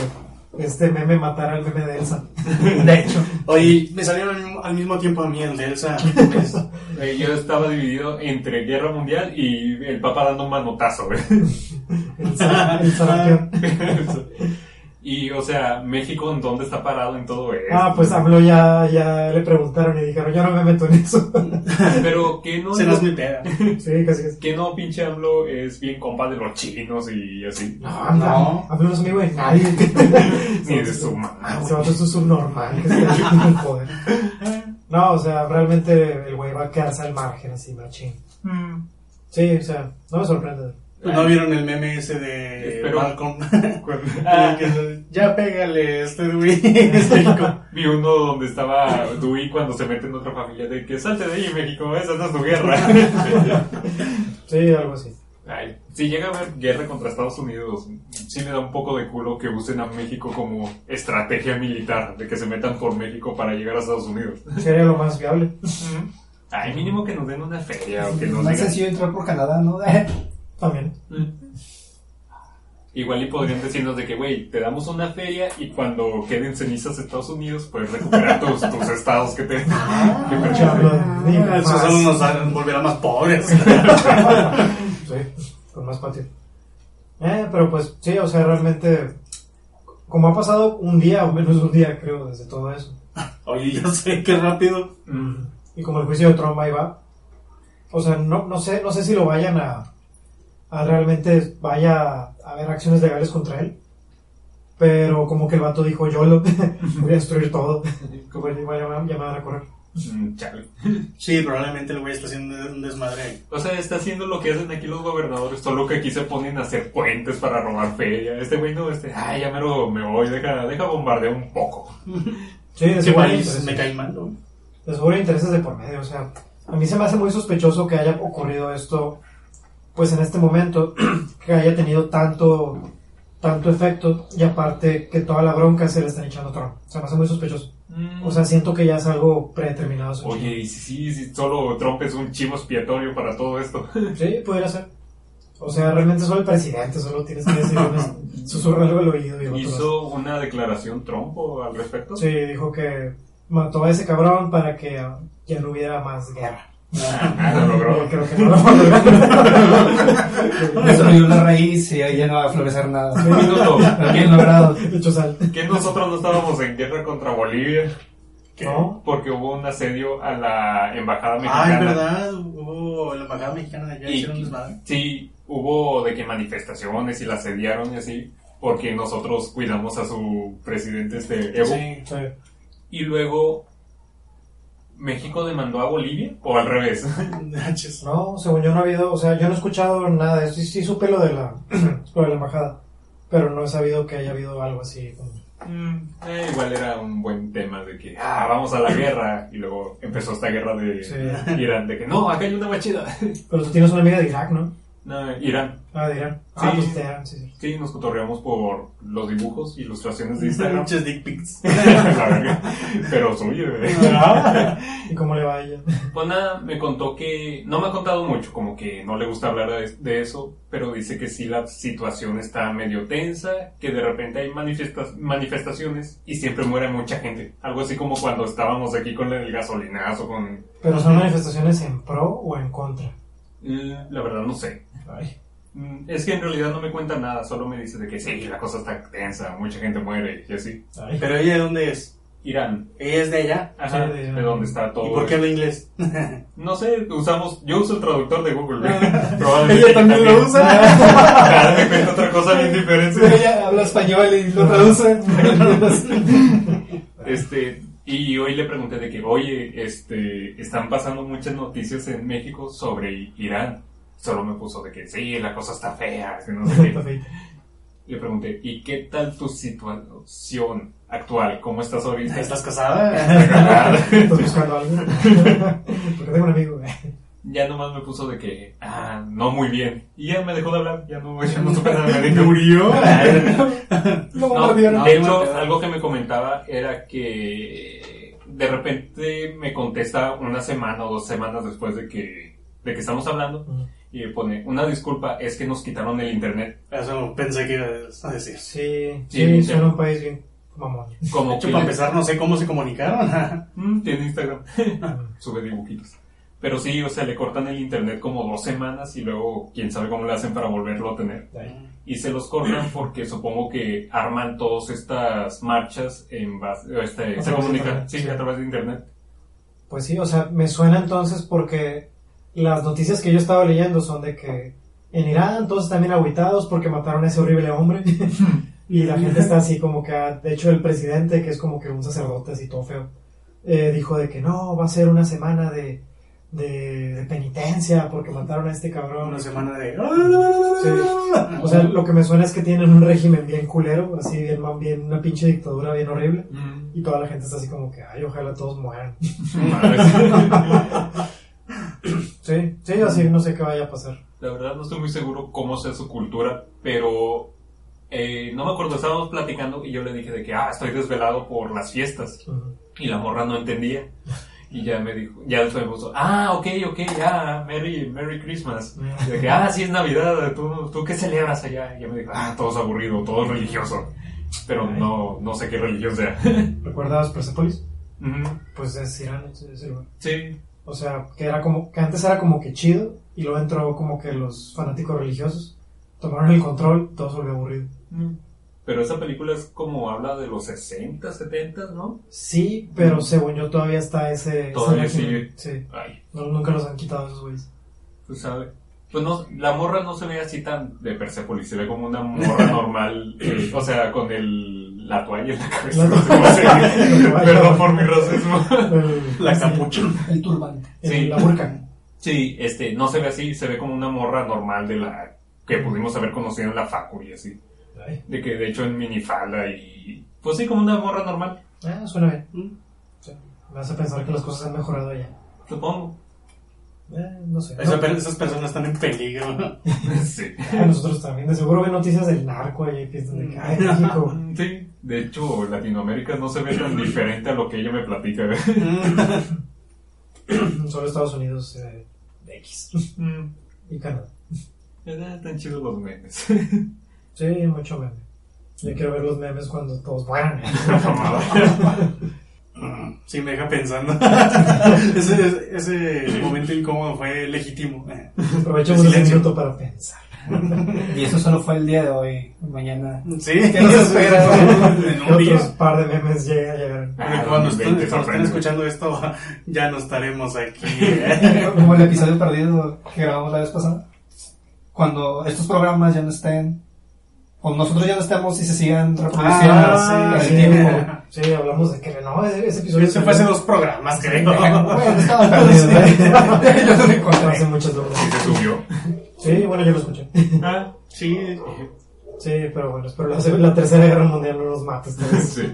este meme matara al meme de Elsa.
De hecho,
Oye, me salieron al mismo, al mismo tiempo a mí el de Elsa.
Eh, Yo estaba dividido entre guerra mundial y el papá dando un manotazo, güey.
El sa- el sarampión.
Y, o sea, México, ¿en dónde está parado en todo esto?
Ah, pues habló ya, ya le preguntaron y dijeron, yo no me meto en eso.
Pero que no,
Se nos me pega.
Sí, casi casi.
que no, pinche AMLO es bien compa de los chinos y así.
No, habla,
No.
habla no es amigo de nadie.
Ni de su mamá.
Se va es un subnormal que está en el poder. No, o sea, realmente el güey va a quedarse al margen así, machín. Sí, o sea, no me sorprende.
Pues ¿No vieron el meme ese de
Espero.
Malcolm?
Ah.
Que- ya pégale este Dewey. Este hijo.
Vi uno donde estaba Dewey cuando se mete en otra familia de que salte de ahí, México, esa no es tu guerra.
Sí, algo así.
Ay, si llega a haber guerra contra Estados Unidos, sí me da un poco de culo que usen a México como estrategia militar, de que se metan por México para llegar a Estados Unidos.
Sería lo más viable.
Ay, mínimo que nos den una feria o que nos
más
digan.
sencillo entrar por Canadá, ¿no?
También.
Igual y podrían decirnos de que, güey, te damos una feria y cuando queden cenizas de Estados Unidos puedes recuperar tus, tus estados que te... que perdiste.
Charla, ni
Eso
más.
solo nos hará- volverá más pobres.
Sí, con más patio. Eh, pero pues sí, o sea, realmente, como ha pasado un día o menos de un día, creo, desde todo eso.
Oye, yo sé qué rápido.
Y como el juicio de Trump ahí va, o sea, no, no, sé, no sé si lo vayan a, a realmente, vaya a haber acciones legales contra él. Pero como que el vato dijo, yo lo voy a destruir todo. Como ya me van- ya me van a correr.
Mm, chale.
Sí, probablemente el güey está haciendo un desmadre ahí.
O sea, está haciendo lo que hacen aquí los gobernadores, solo que aquí se ponen a hacer puentes para robar feria. Este güey no, este, ay, ya mero me voy, deja, deja bombardear un poco.
Sí, de
Qué
seguro hay
país
intereses.
me cae mal, ¿no?
de pues, seguro hay intereses de por medio. O sea, a mí se me hace muy sospechoso que haya ocurrido esto, pues en este momento, que haya tenido tanto, tanto efecto y aparte que toda la bronca se le están echando a Trump. Se me hace muy sospechoso. O sea, siento que ya es algo predeterminado. eso.
Oye, y si, si, si solo Trump es un chivo expiatorio para todo esto.
Sí, pudiera ser. O sea, realmente solo el presidente, solo tienes que decir un susurro algo al oído y el otro
¿Hizo una declaración Trump o al respecto?
Sí, dijo que mató a ese cabrón para que ah, ya no hubiera más guerra.
Ah, lo logró.
Yo creo que no lo logró.
Destruyó una raíz y ahí ya no va a florecer nada.
Un minuto.
Bien logrado.
De hecho, sal.
¿Que nosotros no estábamos en guerra contra Bolivia?
No,
Porque hubo un asedio a la embajada
Ah,
mexicana.
es verdad. Hubo la embajada mexicana de allá
Y-
hicieron un desmadre.
Sí, hubo de que manifestaciones y la asediaron y así, porque nosotros cuidamos a su presidente este Evo.
Sí.
sí.
Y luego México demandó a Bolivia o al revés.
Naches.
no, según yo no ha habido, o sea, yo no he escuchado nada de eso. Sí, sí supe lo de, la, lo de la embajada, pero no he sabido que haya habido algo así. como-
Eh, igual era un buen tema de que, ah, vamos a la guerra. Y luego empezó esta guerra de
Sí.
Irán, de que no, acá hay una machida.
Pero tú tienes una amiga de Irak, ¿no?
No, Irán.
Ah, de Irán. Ah,
Sí.
pues de Irán, sí, sí.
Sí, nos cotorreamos por los dibujos, ilustraciones de Instagram.
Muchos dick pics.
La verga. Pero soy eh.
Ah,
¿Y cómo le va a ella?
Pues nada, me contó que, no me ha contado mucho, como que no le gusta hablar de, de eso, pero dice que sí la situación está medio tensa, que de repente hay manifiesta- manifestaciones y siempre muere mucha gente. Algo así como cuando estábamos aquí con el gasolinazo, con...
Pero son manifestaciones en pro o en contra.
Mm, La verdad no sé.
Ay.
Mm, Es que en realidad no me cuenta nada, solo me dice de que sí, la cosa está tensa, mucha gente muere y así.
Ay.
Pero ella, ¿de dónde es?
Irán,
Ella es de allá.
ajá,
Sí, de Irán.
de donde está todo.
¿Y por qué
eso.
habla inglés?
No sé, usamos, yo uso el traductor de Google. Probablemente
Ah. Ella también lo usa.
Ah,
Cada vez me cuenta otra cosa bien
Pero
diferente.
ella habla español y lo traduce.
Este, y hoy le pregunté de que, oye, este, están pasando muchas noticias en México sobre Irán. Solo me puso de que sí, la cosa está fea, que no sé qué. Le pregunté, ¿y qué tal tu situación actual? ¿Cómo estás ahorita?
¿Estás casada?
Estás buscando algo. Porque tengo un amigo. eh.
Ya nomás me puso de que, ah, no muy bien. Y ya me dejó de hablar, ya no, ya no supe nada. Me murió.
No,
No,
perdieron.
de hecho, algo que me comentaba era que de repente me contesta una semana o dos semanas después de que, de que estamos hablando
Ujú.
y me pone, una disculpa, es que nos quitaron el internet.
Eso pensé que ibas a decir.
Sí,
Sí,
sí,
sí.
suena un país bien mamón.
Como
De hecho,
que
para
le-
empezar, no sé cómo se comunicaron.
Mm, tiene Instagram,
Ah.
sube dibujitos. Pero sí, o sea, le cortan el internet como dos semanas y luego quién sabe cómo le hacen para volverlo a tener. y se los cortan porque supongo que arman todas estas marchas en base, este, se
A través de
comunican
internet,
sí,
sí.
a través de internet.
Pues sí, o sea, me suena entonces porque las noticias que yo estaba leyendo son de que en Irán todos están bien aguitados porque mataron a ese horrible hombre. y la gente está así como que, ah, de hecho, el presidente, que es como que un sacerdote así todo feo, eh, dijo de que no, va a ser una semana de, de, de penitencia porque mataron a este cabrón.
Una semana de...
Sí. O sea, lo que me suena es que tienen un régimen bien culero, así bien, bien una pinche dictadura bien horrible. Y toda la gente está así como que, ay, ojalá todos mueran. Sí, sí, así no sé qué vaya a pasar.
La verdad no estoy muy seguro cómo sea su cultura, pero eh, no me acuerdo, estábamos platicando y yo le dije de que, ah, estoy desvelado por las fiestas. Y la morra no entendía. Y ya me dijo, ya después me puso, ah, ok, ok, ya, Merry, Merry Christmas. Y de que, ah, sí es Navidad, ¿tú, ¿tú qué celebras allá? Y ya me dijo, ah, todo es aburrido, todo es religioso. Pero no, no sé qué religión sea.
¿Recuerdas Persepolis?
Ujú,
Pues es Irán, es- es el lugar.
Sí,
O sea, que era como, que antes era como que chido, y luego entró como que los fanáticos religiosos tomaron el control, todo se volvió aburrido.
pero esa película es como habla de los 60, 70, ¿no?
Sí, pero según yo todavía está ese... ese
Mm. Todavía
régimen. Sí,
Ay,
no, nunca los han quitado esos güeyes.
tú sabes. Pues no, la morra no se ve así tan de Persepolis, se ve como una morra normal, eh, o sea, con el, la toalla en la cabeza.
La
no sé cómo se diga.
toalla.
Perdón por mi racismo.
El-
La capucha.
El turbante.
el-
Sí.
La burka.
Sí, este, no se ve así, se ve como una morra normal de la que pudimos haber conocido en la facu y así.
Ay.
De que de hecho en minifalda y... Pues sí, como una morra normal,
Ah, suena bien.
Mm.
Sí. Me hace pensar que las cosas han mejorado allá.
supongo.
Eh, no sé.
Esa
No,
per- esas personas están en peligro.
sí.
a nosotros también. De seguro ven noticias del narco allá que es donde que, ay, México.
Mm, Sí, de hecho Latinoamérica no se ve tan diferente a lo que ella me platica.
Solo Estados Unidos eh, X
Mm,
y Canadá.
eh, Tan chidos los memes.
Sí, mucho meme. Yo quiero ver los memes cuando todos mueran.
Sí, me deja pensando. ese, ese momento incómodo fue legítimo.
Aprovechemos
El
ese
silencio.
minuto para pensar.
Y eso solo fue el día de hoy. Mañana.
Sí,
¿Qué nos espera?
en
Que
un día.
otros par de memes lleguen a llegar.
Ah,
cuando
veinte,
estén, cuando estén
sorprende.
escuchando esto, ya no estaremos aquí.
Como el episodio perdido que grabamos la vez pasada. Cuando estos programas ya no estén. O nosotros ya no estemos y se sigan reproduciendo.
Ah,
al
sí,
tiempo.
sí, hablamos de que no, ese, ese episodio
Este fue hace dos programas, creo.
Bueno, estaba perdido. ¿eh? Yo no me encontré.
Hace muchas horas.
Sí, se subió.
Sí, bueno, yo lo escuché.
Ah, sí.
Sí, pero bueno, espero la, la tercera guerra mundial no nos mate. esta vez.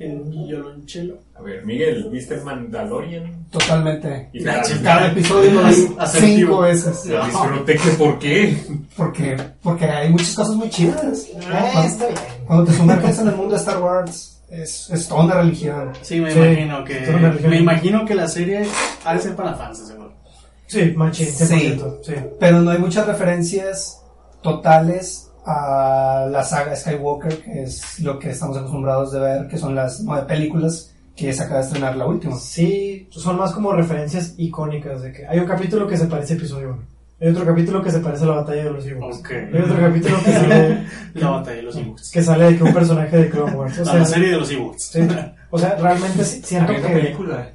Sí.
Y yo lo
chelo.
A ver, Miguel, ¿viste el Mandalorian?
Totalmente.
Y
La
la-
chica.
Cada episodio lo vi
Asertivo.
cinco veces.
la disfruté, que ¿por qué?
Porque, porque hay muchas cosas muy chidas.
Ah, está bien.
Cuando te sumerges en el mundo de Star Wars, es, es toda una religión.
Sí, me
Sí.
imagino que.
Solo me refiero-
Me imagino que la serie ha de ser para fans, seguro.
Sí, machín,
Sí.
100%. Sí.
Pero no hay muchas referencias totales a la saga Skywalker, que es lo que estamos acostumbrados de ver, que son las nueve películas que se acaba de estrenar la última.
Sí, son más como referencias icónicas de que hay un capítulo que se parece a episodio 1. Hay otro capítulo que se parece a la batalla de los Ewoks.
Ok.
Hay otro capítulo que sale,
La batalla de los Ewoks.
que sale de que un personaje de Clone Wars. O
La
sea,
serie de los Ewoks.
sí, o sea, realmente sí- siento
Había una
que,
película.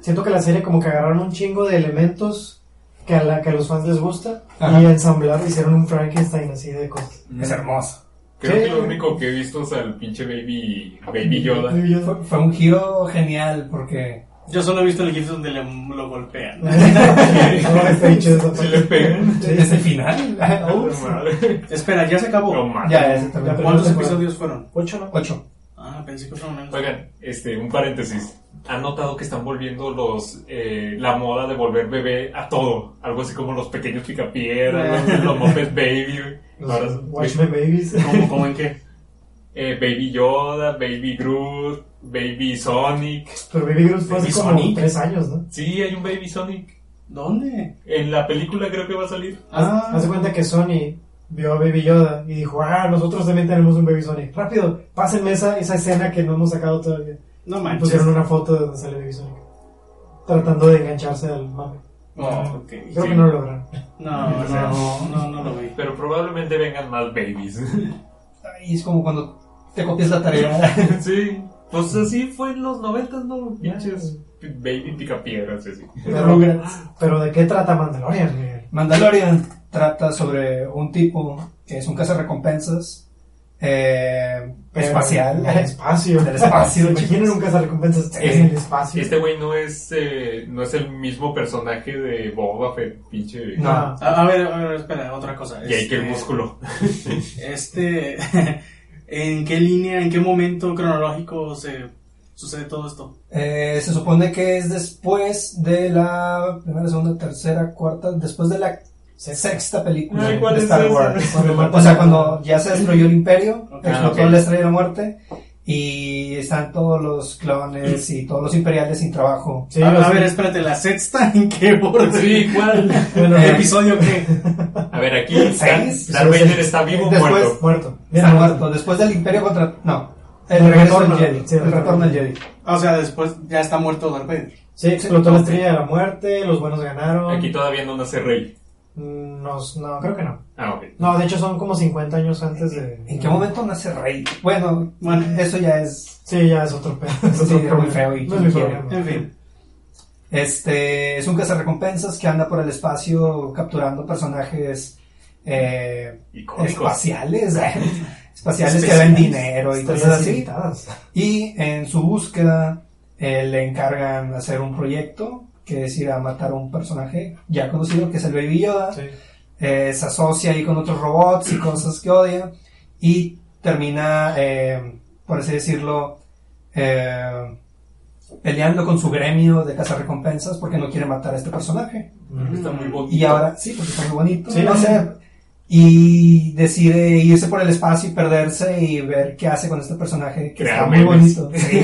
siento que la serie como que agarraron un chingo de elementos que a, la, que a los fans les gusta
Ajá.
y ensamblaron, hicieron un Frankenstein así de cosas.
Es hermoso.
Creo
Sí. Mm.
que lo único que he visto es al pinche Baby, baby Yoda.
Y yo-
Fue, fue un giro genial porque
Yo solo he visto el GIF donde le- lo golpean.
Ahora está hecho esa
Si
parte.
le pegan.
es el final.
Ups. Madre.
Espera, Oh, ya
Lo
se acabó.
matan.
ya, es también.
¿Cuántos
Pero no se
episodios fueron?
Ocho, ¿no?
Ocho.
Ah, pensé que fueron menos.
Oigan, este, un paréntesis. ¿Han notado que están volviendo los eh, la moda de volver bebé a todo? Algo así como los pequeños picapiedras, los, los Muppet Baby. güey. Ahora pues,
Los
es-
Watch My Babies.
¿Cómo, cómo en qué?
eh, Baby Yoda, Baby Groot, Baby Sonic.
Pero Baby Groot fue hace
Baby
como
Sonic.
tres años, ¿no?
Sí, hay un Baby Sonic.
¿Dónde?
En la película creo que va a salir.
Ah,
Haz de cuenta que Sony vio a Baby Yoda y dijo, ah, nosotros también tenemos un Baby Sonic. Rápido, pásenme esa, esa escena que no hemos sacado todavía.
no
Y
manches.
pusieron una foto de donde sale Baby Sonic. Tratando de engancharse al mame.
Oh, ok.
Creo
Sí.
que no lo lograron.
No, no, no, no lo vi.
Pero probablemente vengan más babies.
Y es como cuando te copias la tarea.
sí. Pues así fue en los noventas, ¿no? Pinches baby picapiedras, así.
Pero, pero ¿de qué trata Mandalorian, Miguel?
Mandalorian trata sobre un tipo que es un cazarrecompensas eh,
Pero-
espacial.
Del espacio.
Del espacio,
Imaginen
chicos.
un cazarrecompensas
Eh,
en el espacio.
Este güey no es eh, no es el mismo personaje de Boba Fett, pinche.
No.
Ah,
A, a ver, a ver, espera, otra cosa.
Y hay que el
Este,
músculo.
Este, ¿en qué línea, en qué momento cronológico se sucede todo esto?
Eh, se supone que es después de la primera, segunda, tercera, cuarta, después de la sexta película
Ay, ¿cuál
de
es
Star
esa?
Wars.
Cuando
o
matan
sea,
a-
cuando ya se destruyó el imperio,
Ok.
explotó
Ah, ok.
la estrella de la muerte y están todos los clones y todos los imperiales sin trabajo.
Sí,
a, a
los-
ver, espérate, ¿la sexta en qué borde?
Sí, ¿cuál?
bueno,
eh,
¿Episodio qué?
A ver, aquí
¿Seis? Pues
Darth Vader está vivo o
Después-
muerto.
muerto.
Está
Bien,
muerto. Después del imperio contra... No. El,
El
regreso del
retorno.
Jedi.
Sí, el
el retorno
retorno.
del Jedi.
Ah, O sea, después ya está muerto Darth Vader.
Sí, explotó la estrella de la muerte, los buenos ganaron.
Aquí todavía no nace rey.
Mm, No, no, creo que no.
Ah, ok.
No, de hecho son como 50 años antes de...
¿En qué momento nace Rey? Bueno,
Bueno.
eso ya es...
Sí, ya es otro pedo. Es otro
Sí, era muy feo y-
No es mi
y-
problema.
En fin.
Este es un cazarrecompensas que anda por el espacio capturando personajes eh,
Icónicos.
espaciales, espaciales que
Especiales.
ven dinero y cosas
Estrellas
así.
invitadas.
Y en su búsqueda eh, le encargan hacer un proyecto que es ir a matar a un personaje ya conocido que es el Baby Yoda.
Sí.
Eh, se asocia ahí con otros robots y cosas que odia y termina, eh, por así decirlo, eh, peleando con su gremio de cazarrecompensas porque no quiere matar a este personaje.
Está muy bonito.
Y ahora, sí, porque está muy bonito,
Sí,
no
sí.
sé. Y decide irse por el espacio y perderse y ver qué hace con este personaje que
Crear
está muy
memes.
bonito.
Sí,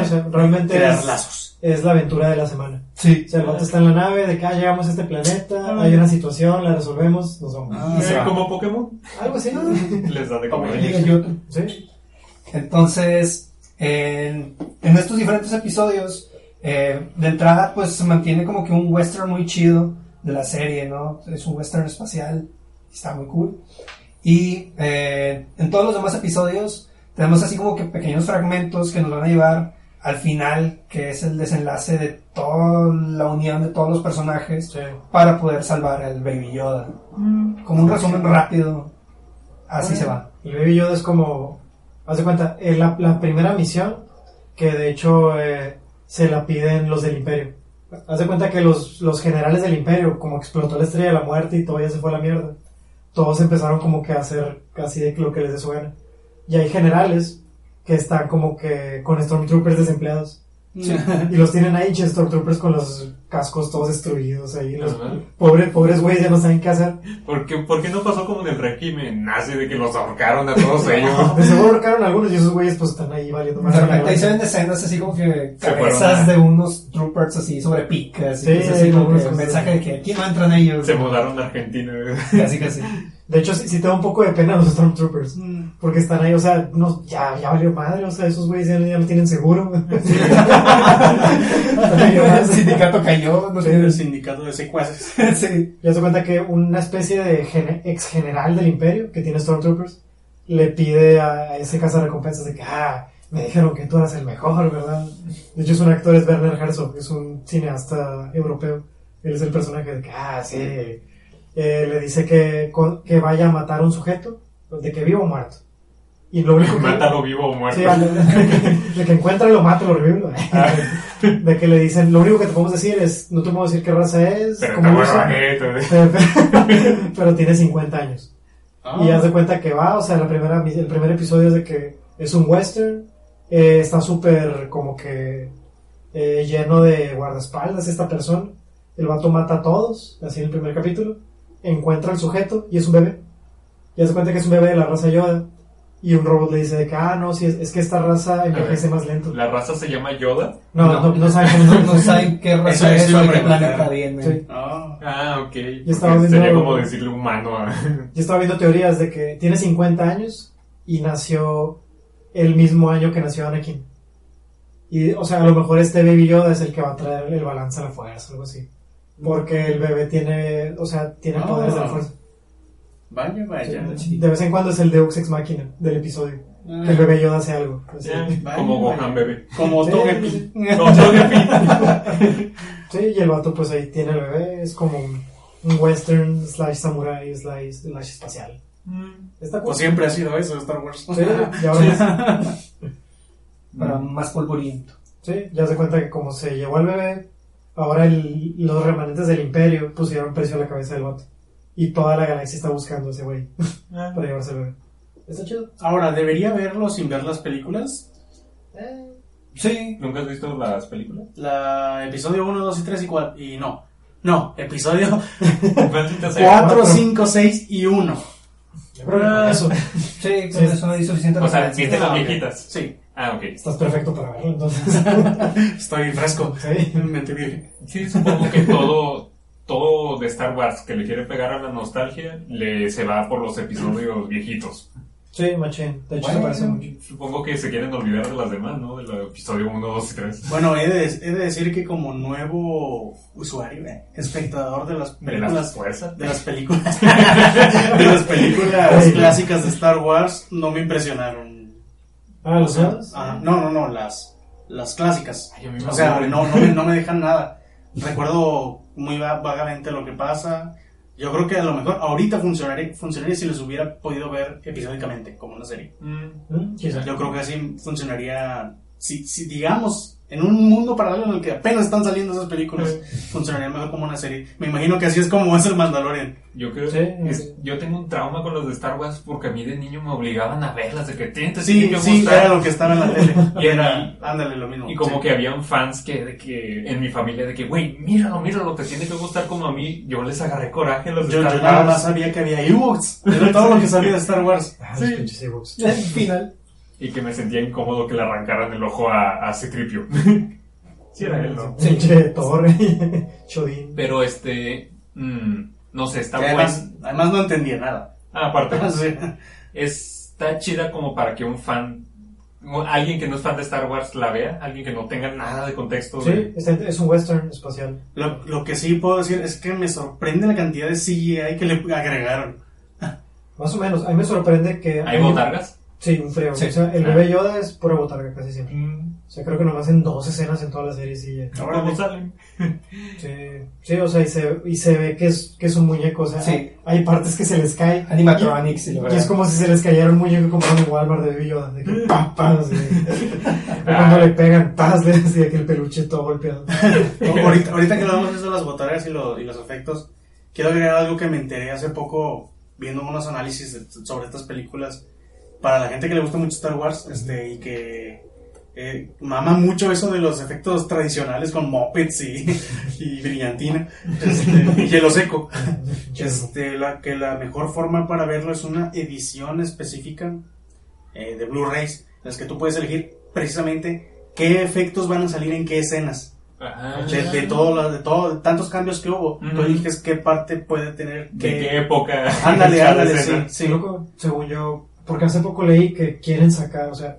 o sea, realmente
Crear
es,
lazos.
es la aventura de la semana.
Sí.
O sea, el vato está en la nave, de que ah, llegamos a este planeta, hay una situación, la resolvemos, nos vamos.
Ah,
Eh,
se va.
como Pokémon.
Algo así, ¿no?
Les da de comer.
Digo, yo-
Sí.
Entonces, en, en estos diferentes episodios, eh, de entrada, pues se mantiene como que un western muy chido de la serie, ¿no? Es un western espacial, está muy cool. Y eh, en todos los demás episodios, tenemos así como que pequeños fragmentos que nos van a llevar al final, que es el desenlace de toda la unión de todos los personajes
Sí.
para poder salvar al Baby Yoda. Como un resumen rápido, así se va.
El Baby Yoda es como, haz de cuenta, eh, la, la primera misión que de hecho eh, se la piden los del imperio. Haz de cuenta que los, los generales del imperio, como explotó la estrella de la muerte y todo ya se fue a la mierda, todos empezaron como que a hacer casi de lo que les dé su gana. Y hay generales que están como que con Stormtroopers desempleados. Y los tienen ahí, che, Stormtroopers con los cascos todos destruidos ahí. Los
Ajá.
pobres, pobres güeyes ya no saben qué hacer.
¿Por qué, por qué no pasó como en el régimen nazi de que los ahorcaron a todos ellos?
De seguro ahorcaron algunos y esos güeyes pues están ahí valiendo
De repente ahí se
Sí,
ven escenas así como que
fueron,
cabezas de unos troopers así sobre picas.
Sí,
y cosas así
hay
como
algunas
que un
cosas.
mensaje de que aquí no entran ellos.
Se mudaron a Argentina.
Casi, casi.
De hecho, sí, sí te da un poco de pena los Stormtroopers. Porque están ahí, o sea, no, ya, ya valió madre, o sea, esos güeyes ya, ya no tienen seguro.
El sindicato cayó. No
El
sé.
sindicato de secuaces.
Sí.
Ya se cuenta que una especie de gene- ex general del imperio que tiene Stormtroopers le pide a ese cazarrecompensas de que, ah, me dijeron que tú eras el mejor, ¿verdad? De hecho, es un actor, es Werner Herzog, es un cineasta europeo. Él es el personaje de que, ah, sí. Eh, le dice que, con- que vaya a matar a un sujeto, de que vivo o muerto. Y lo único que.
Mátalo vivo o muerto.
Sí, al- de que encuentra lo mata, lo revive. lo- De que le dicen, lo único que te podemos decir es, no te puedo decir qué raza es,
Pero
cómo
está eh.
usa".
huevoneto.
pero tiene 50 años.
Ah.
Y haz de cuenta que va, o sea, la primera, el primer episodio es de que es un western, eh, está súper como que eh, lleno de guardaespaldas esta persona. El vato mata a todos, así en el primer capítulo. Encuentra al sujeto y es un bebé. Y hace cuenta que es un bebé de la raza Yoda. Y un robot le dice de que, ah, no, sí, es, es que esta raza envejece más lento.
La raza se llama Yoda.
No, no,
No.
no, sabe cómo-
No, no saben qué raza
Eso
es
sí iba
o
a
de qué
preguntar.
planeta viene.
Sí.
Ah.
Ah, ok.
estaba
Porque Sería
viendo-
como decirle humano a...
Yo estaba viendo teorías de que tiene 50 años y nació el mismo año que nació Anakin. Y, o sea, a lo mejor este Baby Yoda es el que va a traer el balance a la fuerza, algo así. Porque el bebé tiene, o sea, tiene
Ah.
poderes de la fuerza.
Vaya, vaya.
De vez en cuando es el Deux Ex Machina del episodio. Que el bebé Yoda hace algo. así.
Vaya,
como
vaya.
Gohan bebé.
Como
Sí.
Togepi.
No, Togepi.
Sí, y el vato pues ahí tiene el bebé. Es como un, un western slash samurai slash, slash espacial. Está cool.
Pues siempre ha sido eso, Star Wars.
Pues,
Sí, y ahora es-
Para más polvoriento.
Sí, ya se cuenta que como se llevó al bebé, ahora el- los remanentes del imperio pusieron precio a la cabeza del bote. Y toda la galaxia está buscando a ese güey para llevarse al bebé. Está chido.
Ahora, ¿debería verlo sin ver las películas?
Eh,
Sí.
¿Nunca has visto las películas?
La episodio 1, 2 y 3 y 4. Y no. No, episodio
Maldita sea.
4, 5, 6 y 1.
yo creo que con eso
Sí, con eso no hay suficiente
O sea,
referencia.
viste las viejitas.
Sí,
Ah, ok.
estás perfecto para verlo, entonces.
estoy fresco.
Sí.
Mente virgen.
Sí, supongo que todo... Todo de Star Wars que le quiere pegar a la nostalgia le se va por los episodios viejitos.
Sí, machín. De hecho, se parece mucho.
Supongo que se quieren olvidar de las demás, ¿no? Del episodio 1, 2 y 3.
Bueno, he de, he de decir que como nuevo usuario, eh, espectador de las
De las
películas,
fuerzas.
de las películas, de las películas
Ay.
clásicas de Star Wars, no me impresionaron.
Ah, ¿los sabes?
Ajá, no, no, no, las, las clásicas.
Ay, a mí me
O sea,
aburren.
no, no, me, no me dejan nada. Recuerdo muy va- vagamente lo que pasa. Yo creo que a lo mejor ahorita funcionaría, funcionaría si los hubiera podido ver episódicamente, como una serie.
Mm.
Mm, quizá.
Yo creo que así funcionaría, si, si digamos, en un mundo paralelo en el que apenas están saliendo esas películas, funcionaría mejor como una serie. Me imagino que así es como es el Mandalorian.
Yo creo
Sí,
es- yo tengo un trauma con los de Star Wars porque a mí de niño me obligaban a verlas de que tienen te tiene
Sí,
que
sí,
gustar.
era lo que estaba en la tele.
Y era-
ándale, lo mismo.
Y como
Sí.
que habían fans que, de que en mi familia de que, güey, míralo, míralo, te tiene que gustar como a mí. Yo les agarré coraje a los de
Yo, yo
Star
nada más
Wars.
sabía que había Ewoks. Era todo lo que sabía de Star Wars.
Ah, los pinches Ewoks.
Al final.
Y que me sentía incómodo que le arrancaran el ojo a, a Citripio. sí, era él, ¿no?
Pinche torre. Chodín.
Pero este, mm, no sé, está
Que
buena.
además, además no entendía nada.
Ah, aparte,
Sí.
está chida como para que un fan, alguien que no es fan de Star Wars la vea, alguien que no tenga nada de contexto.
Sí,
de-
está- es un western espacial.
Lo, lo que sí puedo decir es que me sorprende la cantidad de CGI que le agregaron.
Más o menos. A mí me sorprende que...
¿Hay botargas?
Sí, un frío.
Sí. Mm.
O sea, el
Ah.
bebé Yoda es pura botarga casi siempre. O sea, creo que nomás en dos escenas en toda la serie sí. ya.
Ahora no salen.
Sí, sí, o sea, y se, y se ve que es, que es un muñeco, o sea,
Sí.
hay partes que se les cae.
Animatronics y
Y,
lo
y es como si se les cayera un muñeco que compraron en Walmart de Baby Yoda, de que pam, pam, así. O cuando le pegan, paz, de así, de que el peluche todo golpeado.
ahorita, ahorita que hablamos de eso de las botargas y, lo- y los efectos, quiero agregar algo que me enteré hace poco viendo unos análisis de- sobre estas películas. para la gente que le gusta mucho Star Wars este, y que eh, mama mucho eso de los efectos tradicionales con mopeds y, y brillantina este, y hielo seco. Este, la, que la mejor forma para verlo es una edición específica eh, de Blu-rays, en las que tú puedes elegir precisamente qué efectos van a salir en qué escenas.
Ajá.
De, de todo, la- de todo, de tantos cambios que hubo, tú
Ujú.
eliges qué parte puede tener
¿De qué
qué.
época?
Ándale,
Cada
ándale, sí,
escena.
Sí,
sí.
loco, según yo, porque hace poco leí que quieren sacar, o sea,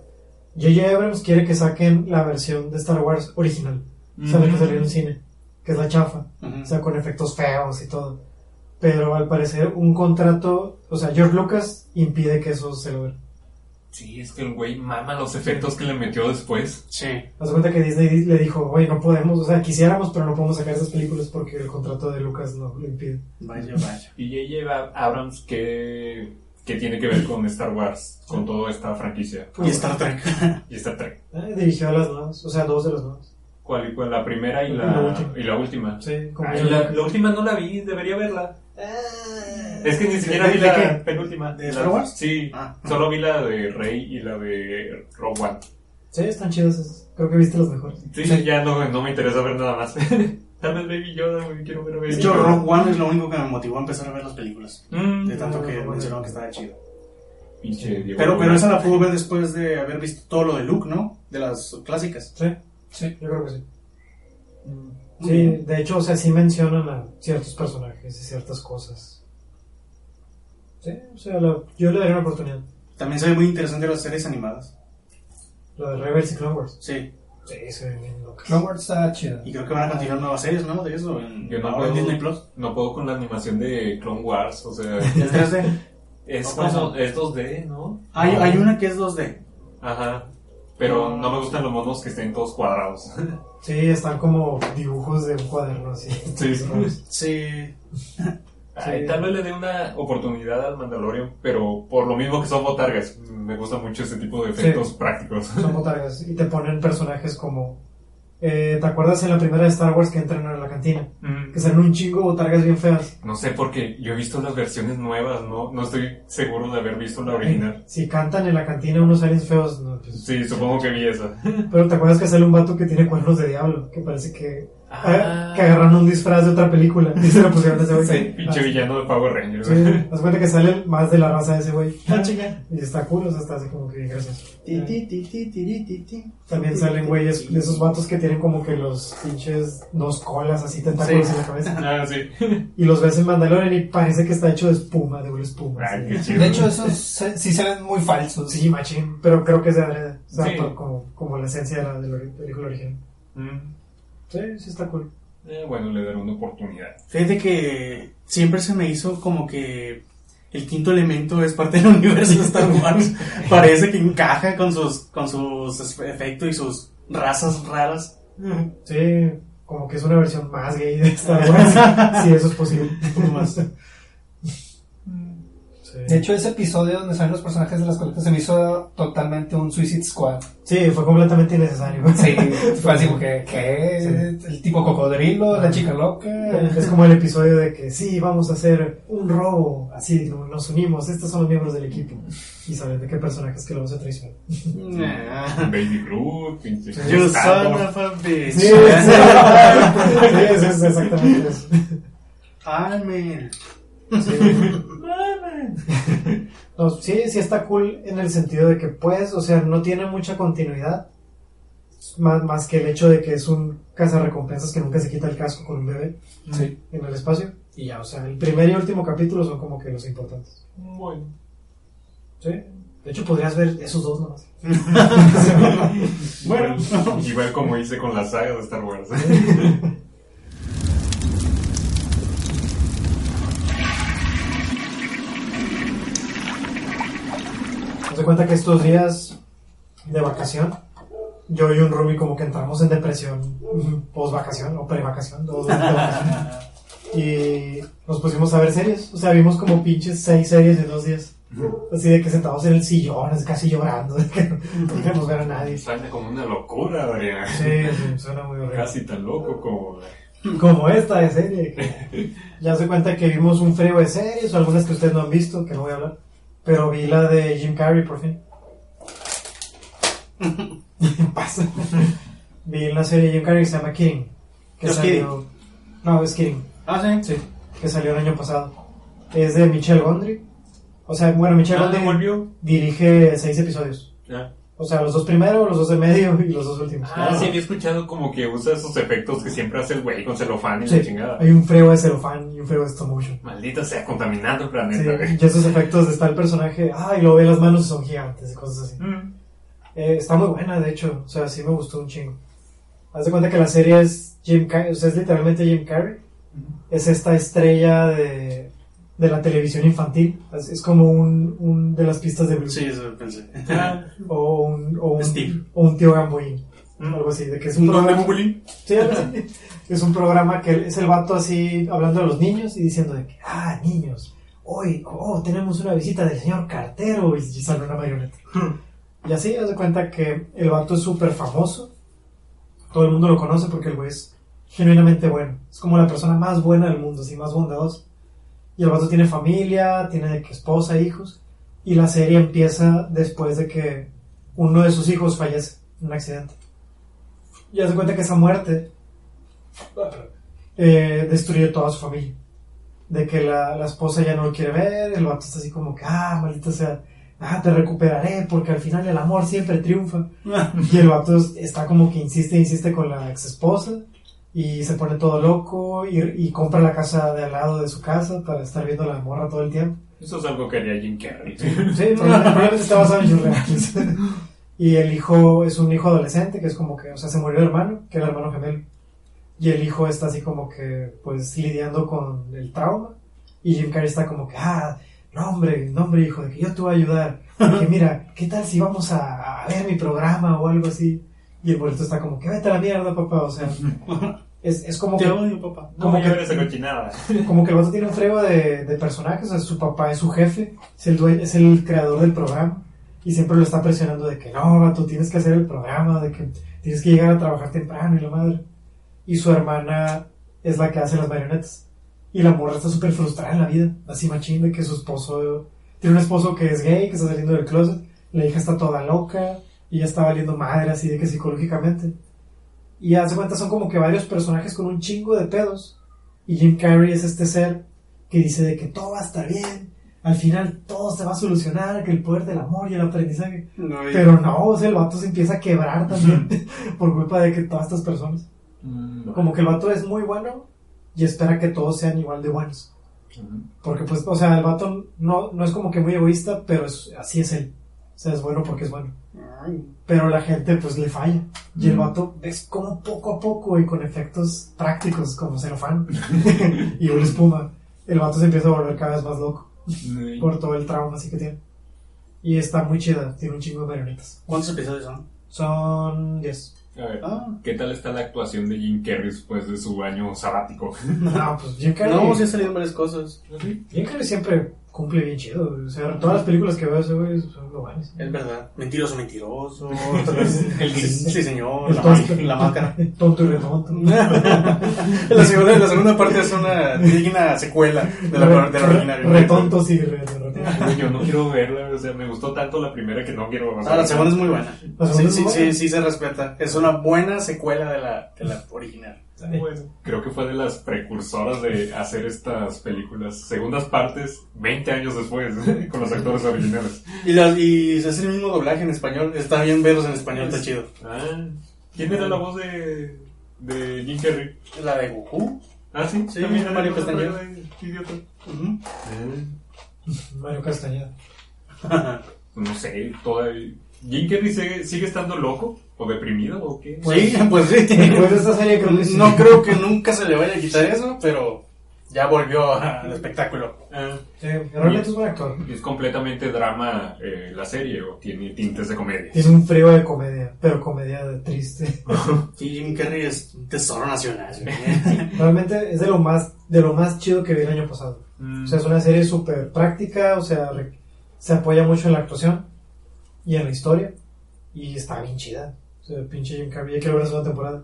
J.J. Abrams quiere que saquen la versión de Star Wars original, o sea, la que
Ujú.
Mm.
salió en el cine, que es la chafa,
Ujú.
o sea, con efectos feos y todo. Pero al parecer un contrato, o sea, George Lucas impide que eso se logre.
Sí, es que el güey mama los efectos que le metió después.
Sí.
Haz de cuenta que Disney di- le dijo, güey, no podemos, o sea, quisiéramos, pero no podemos sacar esas películas porque el contrato de Lucas no lo impide.
Vaya, vaya.
Y ya lleva Abrams que, que tiene que ver con Star Wars, con toda esta franquicia.
Y Star Trek.
Y Star Trek.
Eh, dirigió a las nuevas, o sea, dos de las nuevas.
¿Cuál, y cuál? La primera y
La
la,
última.
y la última.
Sí, como
Ay,
yo-
Ah, la, la última no la vi, debería verla. Es que ni siquiera
¿De-
vi
de
la
qué?
penúltima.
¿De
La-
Star Wars?
Sí,
Ah.
solo vi la de Rey y la de Rogue One.
Sí, están chidas esas. Creo que viste las mejores.
Sí, ya no, no me interesa ver nada más. Tal vez Baby Yoda, güey, quiero ver a Baby
De hecho,
Yoda.
Rogue One es lo único que me motivó a empezar a ver las películas.
Mm.
De tanto que
Ah, bueno.
mencionaron que estaba chido.
Pinche Diego
Pero, pero
Luna.
esa la pude ver después de haber visto todo lo de Luke, ¿no? De las clásicas.
Sí, sí, yo creo que sí.
Muy
Sí,
bien.
de hecho, o sea, sí mencionan a ciertos personajes y ciertas cosas. Sí, o sea, la- yo le daría una oportunidad.
También se ve muy interesante las series animadas.
Lo de Rebels y Clone Wars.
Sí.
Sí, se ven bien locas.
Clone Wars está chido.
Y creo que van a continuar nuevas series, ¿no? De eso. En,
Yo no
ahora en
puedo-
Disney Plus.
No puedo con la animación de Clone Wars, o sea,
El 3D.
es,
¿O cómo?
como- es 2D, ¿no?
Hay, hay una que es 2D.
Ajá. Pero no me gustan los monos que estén todos cuadrados.
Sí, están como dibujos de un cuaderno así.
Sí.
raros.
Sí.
Ay, tal vez le dé una oportunidad al Mandalorian, pero por lo mismo que son botargas, me gusta mucho ese tipo de efectos prácticos.
Son botargas y te ponen personajes como... eh, ¿Te acuerdas en la primera de Star Wars que entran a la cantina?
Mm,
Que salen un chingo botargas bien feas.
No sé, porque yo he visto las versiones nuevas, no, no estoy seguro de haber visto la original.
Si cantan en la cantina unos aliens feos, no, pues-
Sí, supongo que vi esa.
Pero te acuerdas que sale un vato que tiene cuernos de diablo, que parece que, ah, que agarraron un disfraz de otra película y se lo pusieron a ese Ah, güey.
Sí, pinche villano de Power Rangers.
Sí, haz cuenta que sale más de la raza de ese güey. Y está cool, o sea, está así como que gracias.
Ah, Ti, ti, ti, ti, ti, ti, ti, ti.
También salen güeyes de esos vatos que tienen como que los pinches dos colas así tentáculos
Sí.
en la cabeza.
Ah, sí.
Y los ves en Mandalorian y parece que está hecho de espuma, de una espuma.
Ah,
así.
qué chido.
De hecho, esos se- sí se ven muy falsos.
Sí, machín, pero creo que es de adrede. O sea,
Sí.
por- como, como la esencia de la, de la ori- película original.
Mm,
Sí, sí está cool.
eh, bueno, le daré una oportunidad.
Fíjate que siempre se me hizo como que el quinto elemento es parte del universo de Star Wars. Parece que encaja con sus, con sus efectos y sus razas raras.
Sí, como que es una versión más gay de Star Wars, si eso es posible.
más. Mm.
Sí.
De hecho, ese episodio donde salen los personajes de las coletas se me hizo totalmente un Suicide Squad.
Sí, fue completamente innecesario.
Sí, fue así como que, ¿qué? El tipo cocodrilo, la chica loca.
Es como el episodio de que sí, vamos a hacer un robo, así como nos unimos, estos son los miembros del equipo. Y saben de qué personajes que lo vamos a traicionar.
Nah.
Baby Groot, pinche.
You son
Star Wars.
of a bitch.
Sí, sí, sí, es exactamente eso.
Ay, man.
Sí. No, sí, sí está cool en el sentido de que pues, o sea, no tiene mucha continuidad. Más, más que el hecho de que es un cazarrecompensas que nunca se quita el casco con un bebé
Sí.
en el espacio. Y ya, o sea, el primer y último capítulo son como que los importantes.
Bueno.
Sí. De hecho, podrías ver esos dos nomás.
Bueno.
Igual como hice con la saga de Star Wars.
Haz de cuenta que estos días de vacación, yo y un Ruby como que entramos en depresión post vacación o pre vacación, y nos pusimos a ver series, o sea, vimos como pinches seis series en dos días, así de que sentados en el sillón, así casi llorando, de que no queríamos ver a nadie. Sí,
Suena como una locura, Adrián.
sí, suena muy horrible.
Casi tan loco como.
Como esta de serie. que ya se cuenta que vimos un frío de series o algunas que ustedes no han visto, que no voy a hablar. Pero vi la de Jim Carrey por fin. Pasa. vi la serie de Jim Carrey que se llama Kidding. Que
Just
salió... No, es Kidding.
Ah, sí.
Sí, que salió el año pasado. Es de Michelle Gondry. O sea, bueno, Michelle
Ah,
Gondry
volvió.
dirige seis episodios.
Ah,
O sea, los dos primeros, los dos de medio y los dos últimos.
Ah, sí, había escuchado como que usa esos efectos que siempre hace el güey con celofán y
Sí,
la chingada.
hay un freo de celofán y un freo de stop motion.
Maldito sea, contaminando el
Sí,
planeta, güey.
y esos efectos está el personaje, ah, y lo ve las manos y son gigantes y cosas así.
Mm.
Eh, está muy buena, de hecho, o sea, sí me gustó un chingo. Haz de cuenta que la serie es Jim Carrey, o sea, es literalmente Jim Carrey. Es esta estrella de, de la televisión infantil. Es, es como un, un de las pistas de blues.
Sí, eso pensé.
O un, o un,
Steve. Mm.
o un tío Gamboín. Algo así, de que es un programa. Sí, algo así. es un programa que es el vato así hablando a los niños y diciendo de que, ah, niños, hoy, oh, tenemos una visita del señor cartero y, y sale una marioneta. y así, haz de cuenta que el vato es súper famoso. Todo el mundo lo conoce porque el güey es genuinamente bueno. Es como la persona más buena del mundo, así, más bondadosa. Y el vato tiene familia, tiene de que esposa, hijos. Y la serie empieza después de que uno de sus hijos fallece en un accidente. Y hace cuenta que esa muerte eh, destruyó toda su familia. De que la, la esposa ya no lo quiere ver, el vato está así como que, ah, maldita sea, ah, te recuperaré, porque al final el amor siempre triunfa.
Ah.
y el vato es- está como que insiste, insiste con la ex esposa, y se pone todo loco, y, y compra la casa de al lado de su casa para estar viendo a la morra todo el tiempo.
Eso es algo que haría Jim Carrey.
Sí, probablemente probablemente está basado en hechos reales. y el hijo es un hijo adolescente que es como que, o sea, se murió el hermano, que era el hermano gemelo. Y el hijo está así como que, pues, lidiando con el trauma. Y Jim Carrey está como que, ah, no hombre, no hombre hijo, de que yo te voy a ayudar. De que mira, ¿qué tal si vamos a, a ver mi programa o algo así? Y el boleto está como que, vete a la mierda, papá, o sea... Es, es como
Te
que
odio, papá.
No me
que-
llores esa cochinada.
como que el vato tiene un frego de, de personajes, o sea, su papá es su jefe, es el, dueño, es el creador del programa, y siempre lo está presionando de que no, vato, tienes que hacer el programa, de que tienes que llegar a trabajar temprano y la madre. Y su hermana es la que hace las marionetas. Y la morra está súper frustrada en la vida, así machín, de que su esposo, tiene un esposo que es gay, que está saliendo del closet, la hija está toda loca, y ya está valiendo madre, así de que psicológicamente. Y hace cuenta, son como que varios personajes con un chingo de pedos. Y Jim Carrey es este ser que dice de que todo va a estar bien, al final todo se va a solucionar, que el poder del amor y el aprendizaje.
No, y-
Pero no, o sea, el vato se empieza a quebrar también por culpa de que todas estas personas. Como que el vato es muy bueno y espera que todos sean igual de buenos. Porque pues, o sea, el vato no, no es como que muy egoísta, pero es- así es él. O sea, es bueno porque es bueno. Pero la gente pues le falla. Y el vato ves como poco a poco y con efectos prácticos como celofán y una espuma, el vato se empieza a volver cada vez más loco por todo el trauma así que tiene. Y está muy chida, tiene un chingo de marionetas.
¿Cuántos episodios son?
Son 10.
A ver,
Ah.
¿qué tal está la actuación de Jim Carrey después de su año sabático?
No, pues Jim Carrey.
No, sí han salido varias cosas.
Jim Carrey siempre cumple bien chido. güey. O sea, todas las películas que veo ese güey son lo buenas.
Es verdad. Mentiroso, mentiroso.
El
Sí, sí, señor.
El
La,
tonto-
ma- la máscara.
Tonto y redondo.
la, segunda, la segunda parte es una digna secuela de la, de la original.
Retontos y re- retontos.
Güey, Yo no quiero verla, o sea, me gustó tanto la primera que no quiero
Ah, la segunda es muy buena.
La segunda
Sí,
es
sí,
muy buena.
sí, sí, se respeta. Es una buena secuela de la, de la original.
Bueno, creo que fue de las precursoras de hacer estas películas. Segundas partes, 20 años después, con los actores originales.
Y, las, y es el mismo doblaje en español. Está bien verlos en español, está chido.
Ah, ¿Quién era la voz de, de Jim Carrey?
La de Goku.
Ah, sí,
Sí,
también era
Mario
la voz de-
Castañeda.
Qué idiota. Ah,
Ujú.
Mario Castañeda.
No sé, todavía. ¿Jim Carrey sigue, sigue estando loco? ¿O deprimido? ¿O qué?
sí, pues sí.
Después de esta serie creo que pues, sí.
No creo que nunca se le vaya a quitar eso, pero ya volvió al espectáculo.
Ah,
Sí, realmente es buen actor.
es completamente drama eh, la serie, o tiene tintes de comedia.
Tiene un frío de comedia, pero comedia de triste.
Y Jim Carrey es un tesoro nacional. güey.
Realmente es de lo más, de lo más chido que vi el año pasado.
Mm.
O sea, es una serie súper práctica, o sea, re- se apoya mucho en la actuación y en la historia. Y está bien chida. O sea, pinche Jim Carrey, ya quiero ver la segunda temporada.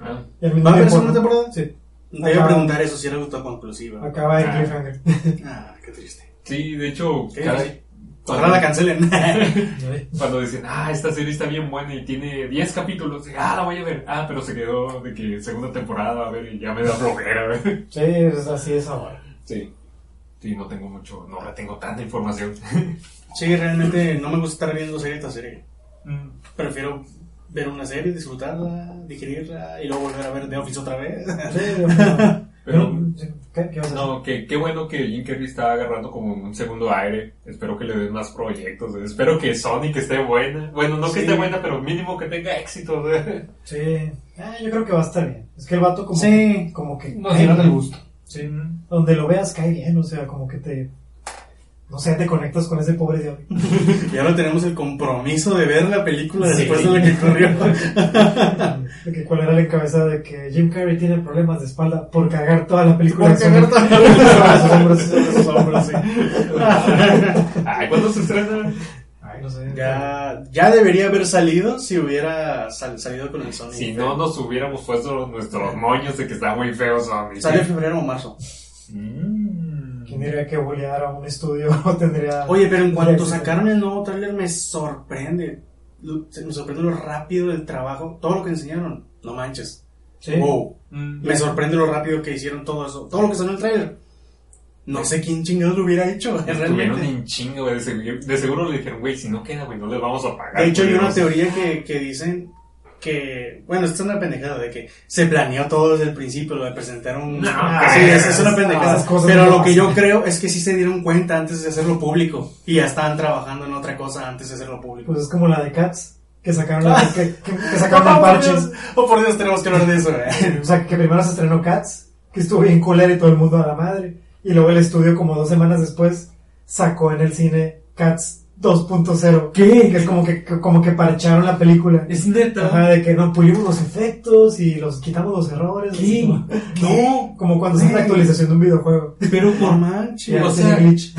Ah,
Y al mismo
¿Va a haber
tiempo-
segunda temporada?
Sí.
Te iba a preguntar eso si era autoconclusiva.
Acaba en
Ah.
Cliffhanger.
Ah, qué triste.
sí, de hecho,
Sí,
cada-
sí. Ojalá la cancelen.
Cuando dicen, ah, esta serie está bien buena y tiene 10 capítulos, y, ah, la voy a ver. Ah, pero se quedó de que segunda temporada, a ver, y ya me da flojera, a ver.
Sí, es así es ahora.
Sí. Sí, no tengo mucho, no retengo tanta información.
sí, realmente no me gusta estar viendo serie tras serie.
Mm.
Prefiero ver una serie, disfrutarla, digerirla y luego volver a ver The Office otra vez.
Sí, Dios mío.
Pero-
Mm.
¿Qué? ¿Qué vas a hacer?
No, que, qué bueno que Jim Carrey está agarrando como un segundo aire. Espero que le den más proyectos. Espero que Sonic esté buena. Bueno, no
Sí.
que esté buena, pero mínimo que tenga éxito. ¿eh?
Sí. Ah, yo creo que va a estar bien. Es que el vato como,
Sí.
como que...
Nos dieron el gusto.
Sí. Donde lo veas cae bien, o sea, como que te... No sé, te conectas con ese pobre diablo.
Y ahora tenemos el compromiso de ver la película
Sí.
después de la que corrió.
De que cuál era la encabezada de que Jim Carrey tiene problemas de espalda por cagar toda la película.
Por
de Sonic.
cagar toda la película.
Sus hombros, sus hombros, sus hombros, sí.
Ay, ¿cuándo se estrena?
Ay, no sé.
Ya, ya debería haber salido si hubiera sal- salido con el Sony.
Si no nos hubiéramos puesto nuestros moños de que está muy feo Sonic.
Sale en febrero o marzo.
Mm.
¿Quién diría que bolear a un estudio tendría...
Oye, pero en cuanto
Sí.
sacaron el nuevo tráiler me sorprende. Lo- se- Me sorprende lo rápido del trabajo, todo lo que enseñaron. No manches.
Sí.
Wow.
Mm.
Me sorprende lo rápido que hicieron todo eso. Todo lo que salió en el tráiler. No sé quién chingados lo hubiera hecho.
Estuvieron
Realmente.
en chingo, güey. De seguro, de seguro le dijeron, güey, si no queda, güey, no les vamos a pagar.
De hecho, hay una
culeros".
teoría que, que dicen que. Bueno, esto es una pendejada de que se planeó todo desde el principio, lo de presentar un.
No,
Ah, sí,
crees.
eso es una pendejada.
Esas cosas
Pero
no
lo que
pasan.
yo creo es que sí se dieron cuenta antes de hacerlo público y ya estaban trabajando en otra cosa antes de hacerlo público.
Pues es como la de Cats, que sacaron, la, que, que- que sacaron
Oh,
el
por
parche.
Dios, oh, por Dios, tenemos que hablar de eso, eh.
O sea, que primero se estrenó Cats, que estuvo bien culera y todo el mundo a la madre. Y luego el estudio, como dos semanas después, sacó en el cine Cats 2.0. Que es como que, que- como que parcharon la película.
Es neta.
Ajá, de que no pulimos los efectos y los quitamos los errores. así como-
No,
Como cuando haces la actualización de un videojuego.
pero por
Y
manches.
ya
O
tiene
sea-
glitch.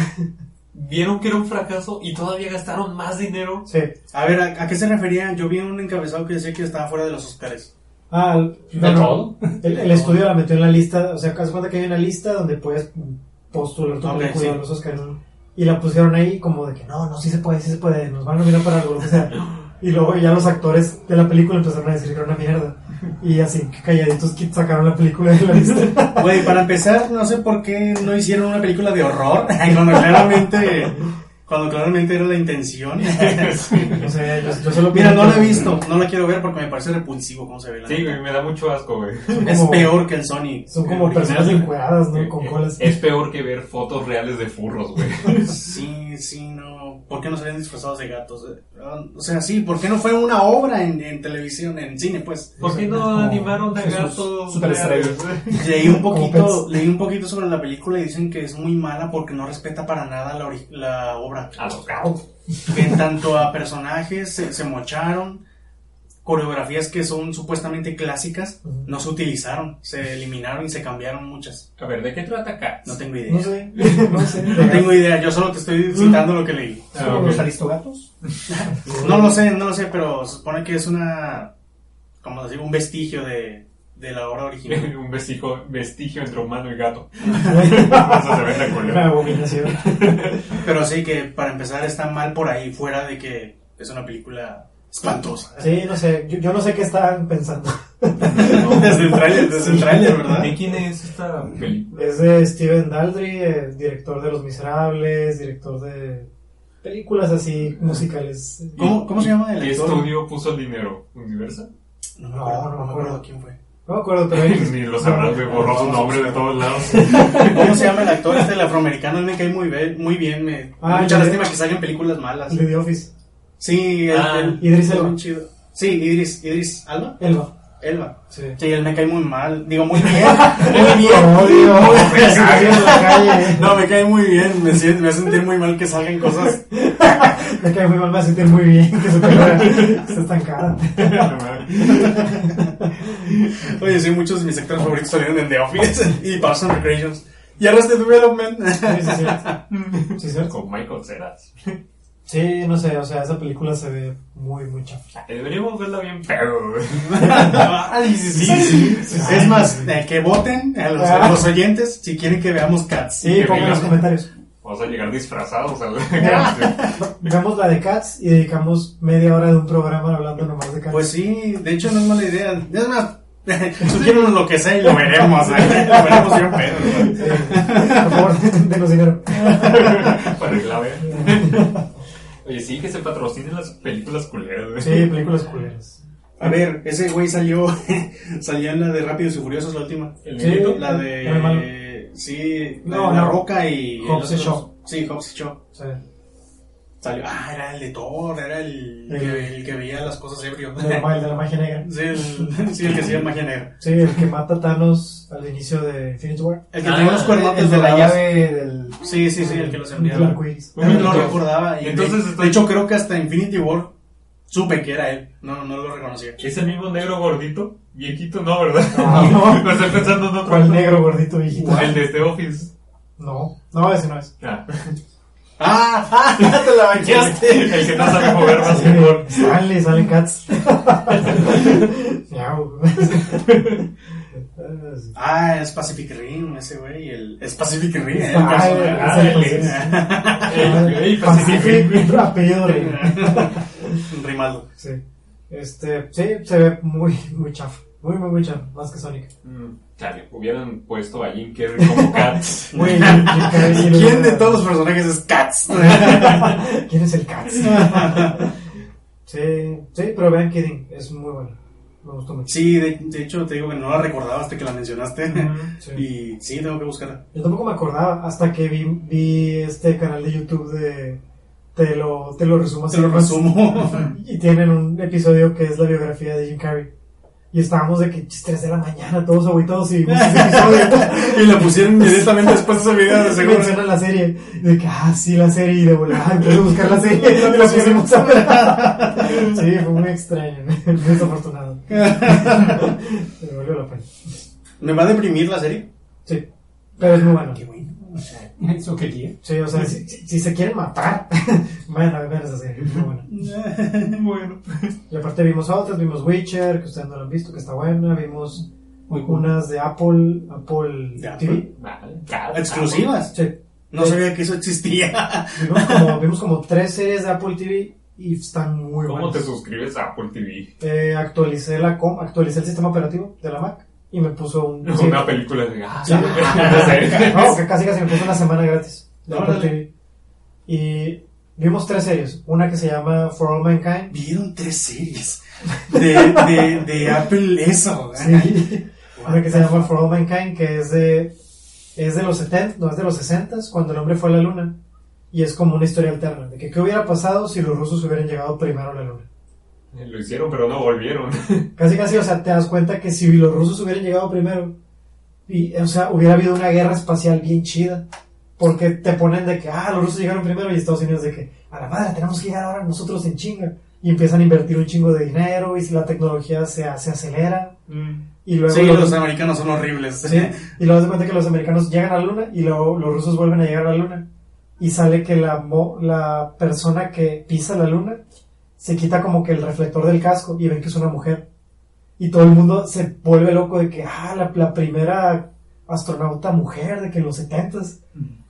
Vieron que era un fracaso y todavía gastaron más dinero.
Sí.
A ver, ¿a, a qué se refería? Yo vi un encabezado que decía que estaba fuera de los Oscars.
Ah, el-
¿De
no, no.
todo?
El, el estudio la metió en la lista, o sea, haz cuenta que hay una lista donde puedes postular tu
Ok,
película
sí.
a los Oscars. Y la pusieron ahí como de que no, no, sí se puede, sí se puede, nos van a nominar para algo, lo que sea. Y luego ya los actores de la película empezaron a decir que era una mierda. Y así, que calladitos que sacaron la película de la lista.
Güey, para empezar, no sé por qué no hicieron una película de horror. Cuando claramente, cuando claramente era la intención.
O sea, yo, yo solo
Mira,
pienso
no la he
que-
visto, no la quiero ver porque me parece repulsivo cómo se ve la
Sí,
neta.
güey, me da mucho asco, güey.
Es
como-
peor que el Sony.
Son como personas encueradas, ¿no? Con
Eh,
colas.
Es peor que ver fotos reales de furros, güey.
Sí, sí, no. ¿Por qué no salían disfrazados de gatos? Eh, ah, O sea, sí, ¿por qué no fue una obra en, en televisión, en cine, pues?
¿Por qué no
Como
animaron a
Jesús,
gatos?
superestrella.
reales, güey?
Leí un
Como
poquito,
pens-
leí un poquito sobre la película y dicen que es muy mala porque no respeta para nada la, ori- la obra.
A los gatos.
Que en tanto a personajes se, se mocharon, coreografías que son supuestamente clásicas,
Ujú.
no se utilizaron, se eliminaron y se cambiaron muchas.
A ver, ¿de qué trata Cats?
No tengo idea.
No sé, no sé.
No tengo idea, yo solo te estoy citando lo que leí.
Ah,
Como
ok.
los aristogatos.
No lo sé, no lo sé, pero se supone que es una. Como decir, un vestigio de, de la obra original.
Un vestigio, vestigio entre humano y gato. Eso se ve en la
Una
culera.
abominación.
Pero sí que para empezar está mal por ahí, fuera de que es una película espantosa.
Sí, no sé, yo, yo no sé qué estaban pensando.
Desde el tráiler, desde el tráiler, ¿verdad?
¿De quién es esta película?
Es de Steven Daldry, eh, director de Los Miserables, director de películas así musicales.
¿Cómo, cómo se llama el
¿Qué
actor?
estudio puso el dinero? ¿Universal?
No me acuerdo, no me acuerdo quién fue.
No me acuerdo, pero X.
pues Ni lo sabrás, güey. Borró su nombre de todos lados.
¿Cómo se llama el actor este, el afroamericano? Me cae muy bien, muy bien. Me,
Ah,
mucha
ya.
lástima que salgan películas malas.
El de The Office.
Sí, el,
Ah,
el-
Idris Elba.
chido. Sí, Idris, Idris Alba,
Elba.
Elba.
Sí.
Sí, él me cae muy mal. Digo, muy bien, muy bien.
Oh, Dios. Así
cae.
en la calle.
No, me cae muy bien. Me, sien- me hace sentir muy mal que salgan cosas.
Me cae muy mal, me va a sentir muy bien que se te vea. Está tan cara.
Oye, sí, muchos de mis actores favoritos salieron en The Office y Parks and Recreations. Y Arrested Development.
Sí, sí, sí. Sí, cierto.
Con Michael Ceras.
Sí, no sé, o sea, esa película se ve muy, muy chafa.
Deberíamos verla bien pedo, güey.
Ay, Ah, sí, sí, sí, sí. Ah. Es más, eh, que voten a los, a los oyentes si quieren que veamos Cats.
Sí, pongan en los comentarios.
Vamos a llegar disfrazados al cárcel.
Dejamos la de Cats y dedicamos media hora de un programa hablando nomás de Cats.
Pues sí, de hecho no es mala idea. Es más, sugiérenos lo que sea y lo veremos. ¿eh? Lo veremos bien pedo. güey.
Sí. por favor, denos dinero.
Para que la vean. Oye, sí, que se patrocinen las películas culeras, güey.
Sí, pues. películas culeras.
A ver, ese güey salió, salió en la de Rápidos y Furiosos, la última.
El
Sí.
niñito.
La
La de Malo.
de. Sí, la,
No,
de la
no.
Roca y.
Hobbs y
los otros.
Shaw.
Sí, Hobbs y Shaw.
Sí.
Salió. Ah, era el de Thor, era el,
El-
que, el que veía las cosas ebrio.
De la, ma- de la magia negra.
sí, el, sí, el que hacía magia negra.
Sí, el que mata a Thanos al inicio de Infinity War.
El que tenía los cuernotes
el de la
dorados.
llave del.
Sí, sí, sí, el que los
El
enviaba.
arcoíris.
No lo recordaba. Y
Entonces,
de,
está-
de hecho, creo que hasta Infinity War supe que era él. No, no lo reconocía.
¿Es el mismo negro gordito? Viejito, no, ¿verdad?
No.
Lo estoy pensando en otro.
¿Cuál negro gordito viejito?
El de este Office.
No, no, ese no es.
Ah,
¡Ah! ¡Ah! ¡Te la banqueaste!
el que no sabe jugar básquetbol.
Sale, salen cats. Miau.
Ah, es Pacific Rim, ese güey. El... Es Pacific Rim, eh, el
Ah,
personaje.
el-
Ah, el-
el-
Ey, ey, Pacific Rim.
Pacific, apellido horrible.
Rimaldo.
Sí. Este, sí, se ve muy, muy chafa. Muy, muy, muy chafa. Más que Sonic.
Mm, Chale, hubieran puesto a Jim Carrey como Cat.
Güey, el- el cabello-
¿Quién de todos los personajes es Cats?
¿Quién es el Cats? sí, sí, pero vean Kidding. Es muy bueno. Me gustó mucho.
sí, de, de hecho te digo que no la recordaba hasta que la mencionaste.
Sí.
Y sí, tengo que buscarla.
Yo tampoco me acordaba hasta que vi, vi este canal de YouTube de Te lo, te lo resumo así
Te lo
nomás.
resumo.
Y tienen un episodio que es la biografía de Jim Carrey. Y estábamos de que 3 de la mañana, todos agüitados y vimos ese episodio.
y la pusieron inmediatamente después de ese video, de
Se
seguro.
menciona la serie. De que, ah, sí, la serie. Y de volar, entonces buscar la serie. Y la pusimos a ver. Sí, fue muy extraño. Muy desafortunado. Pero valió la pena.
Me va a deprimir la serie.
Sí. Pero es muy bueno.
Qué bueno.
Eso quería.
Sí, o sea, si, si- si se quieren matar, van a ver esa serie. Muy buena.
bueno.
Y aparte vimos otras, vimos Witcher, que ustedes no lo han visto, que está buena. Vimos
Muy cool.
unas de Apple, Apple
¿De
TV.
Mal, Cat.
Exclusivas.
Sí.
No sabía que eso existía.
Vimos como, vimos como tres series de Apple TV y están muy
¿Cómo
buenas.
te suscribes a Apple TV?
Eh, actualicé, la com, actualicé el sistema operativo de la Mac y me puso un... sí.
Una película de. Ah,
Sí.
no sé.
No, que casi casi me puso una semana gratis de Apple
Órale.
TV. Y vimos tres series. Una que se llama For All Mankind.
Vieron tres series de, de, de Apple eso. ¿eh?
Sí. Una que se llama For All Mankind, que es de, es de los 70, no es de los 60, cuando el hombre fue a la luna. Y es como una historia alterna, de que qué hubiera pasado si los rusos hubieran llegado primero a la luna.
Lo hicieron, pero no volvieron.
Casi, casi, o sea, te das cuenta que si los rusos hubieran llegado primero, y, o sea, hubiera habido una guerra espacial bien chida. Porque te ponen de que, ah, los rusos llegaron primero y Estados Unidos de que, a la madre, tenemos que llegar ahora nosotros en chinga. Y empiezan a invertir un chingo de dinero y la tecnología se, se acelera. Y luego
Sí,
los-
los americanos son horribles.
Sí, Y luego das cuenta que los americanos llegan a la luna y luego los rusos vuelven a llegar a la luna. Y sale que la, mo- la persona que pisa la luna se quita como que el reflector del casco y ven que es una mujer. Y todo el mundo se vuelve loco de que, ah, la, la primera astronauta mujer de que en los 70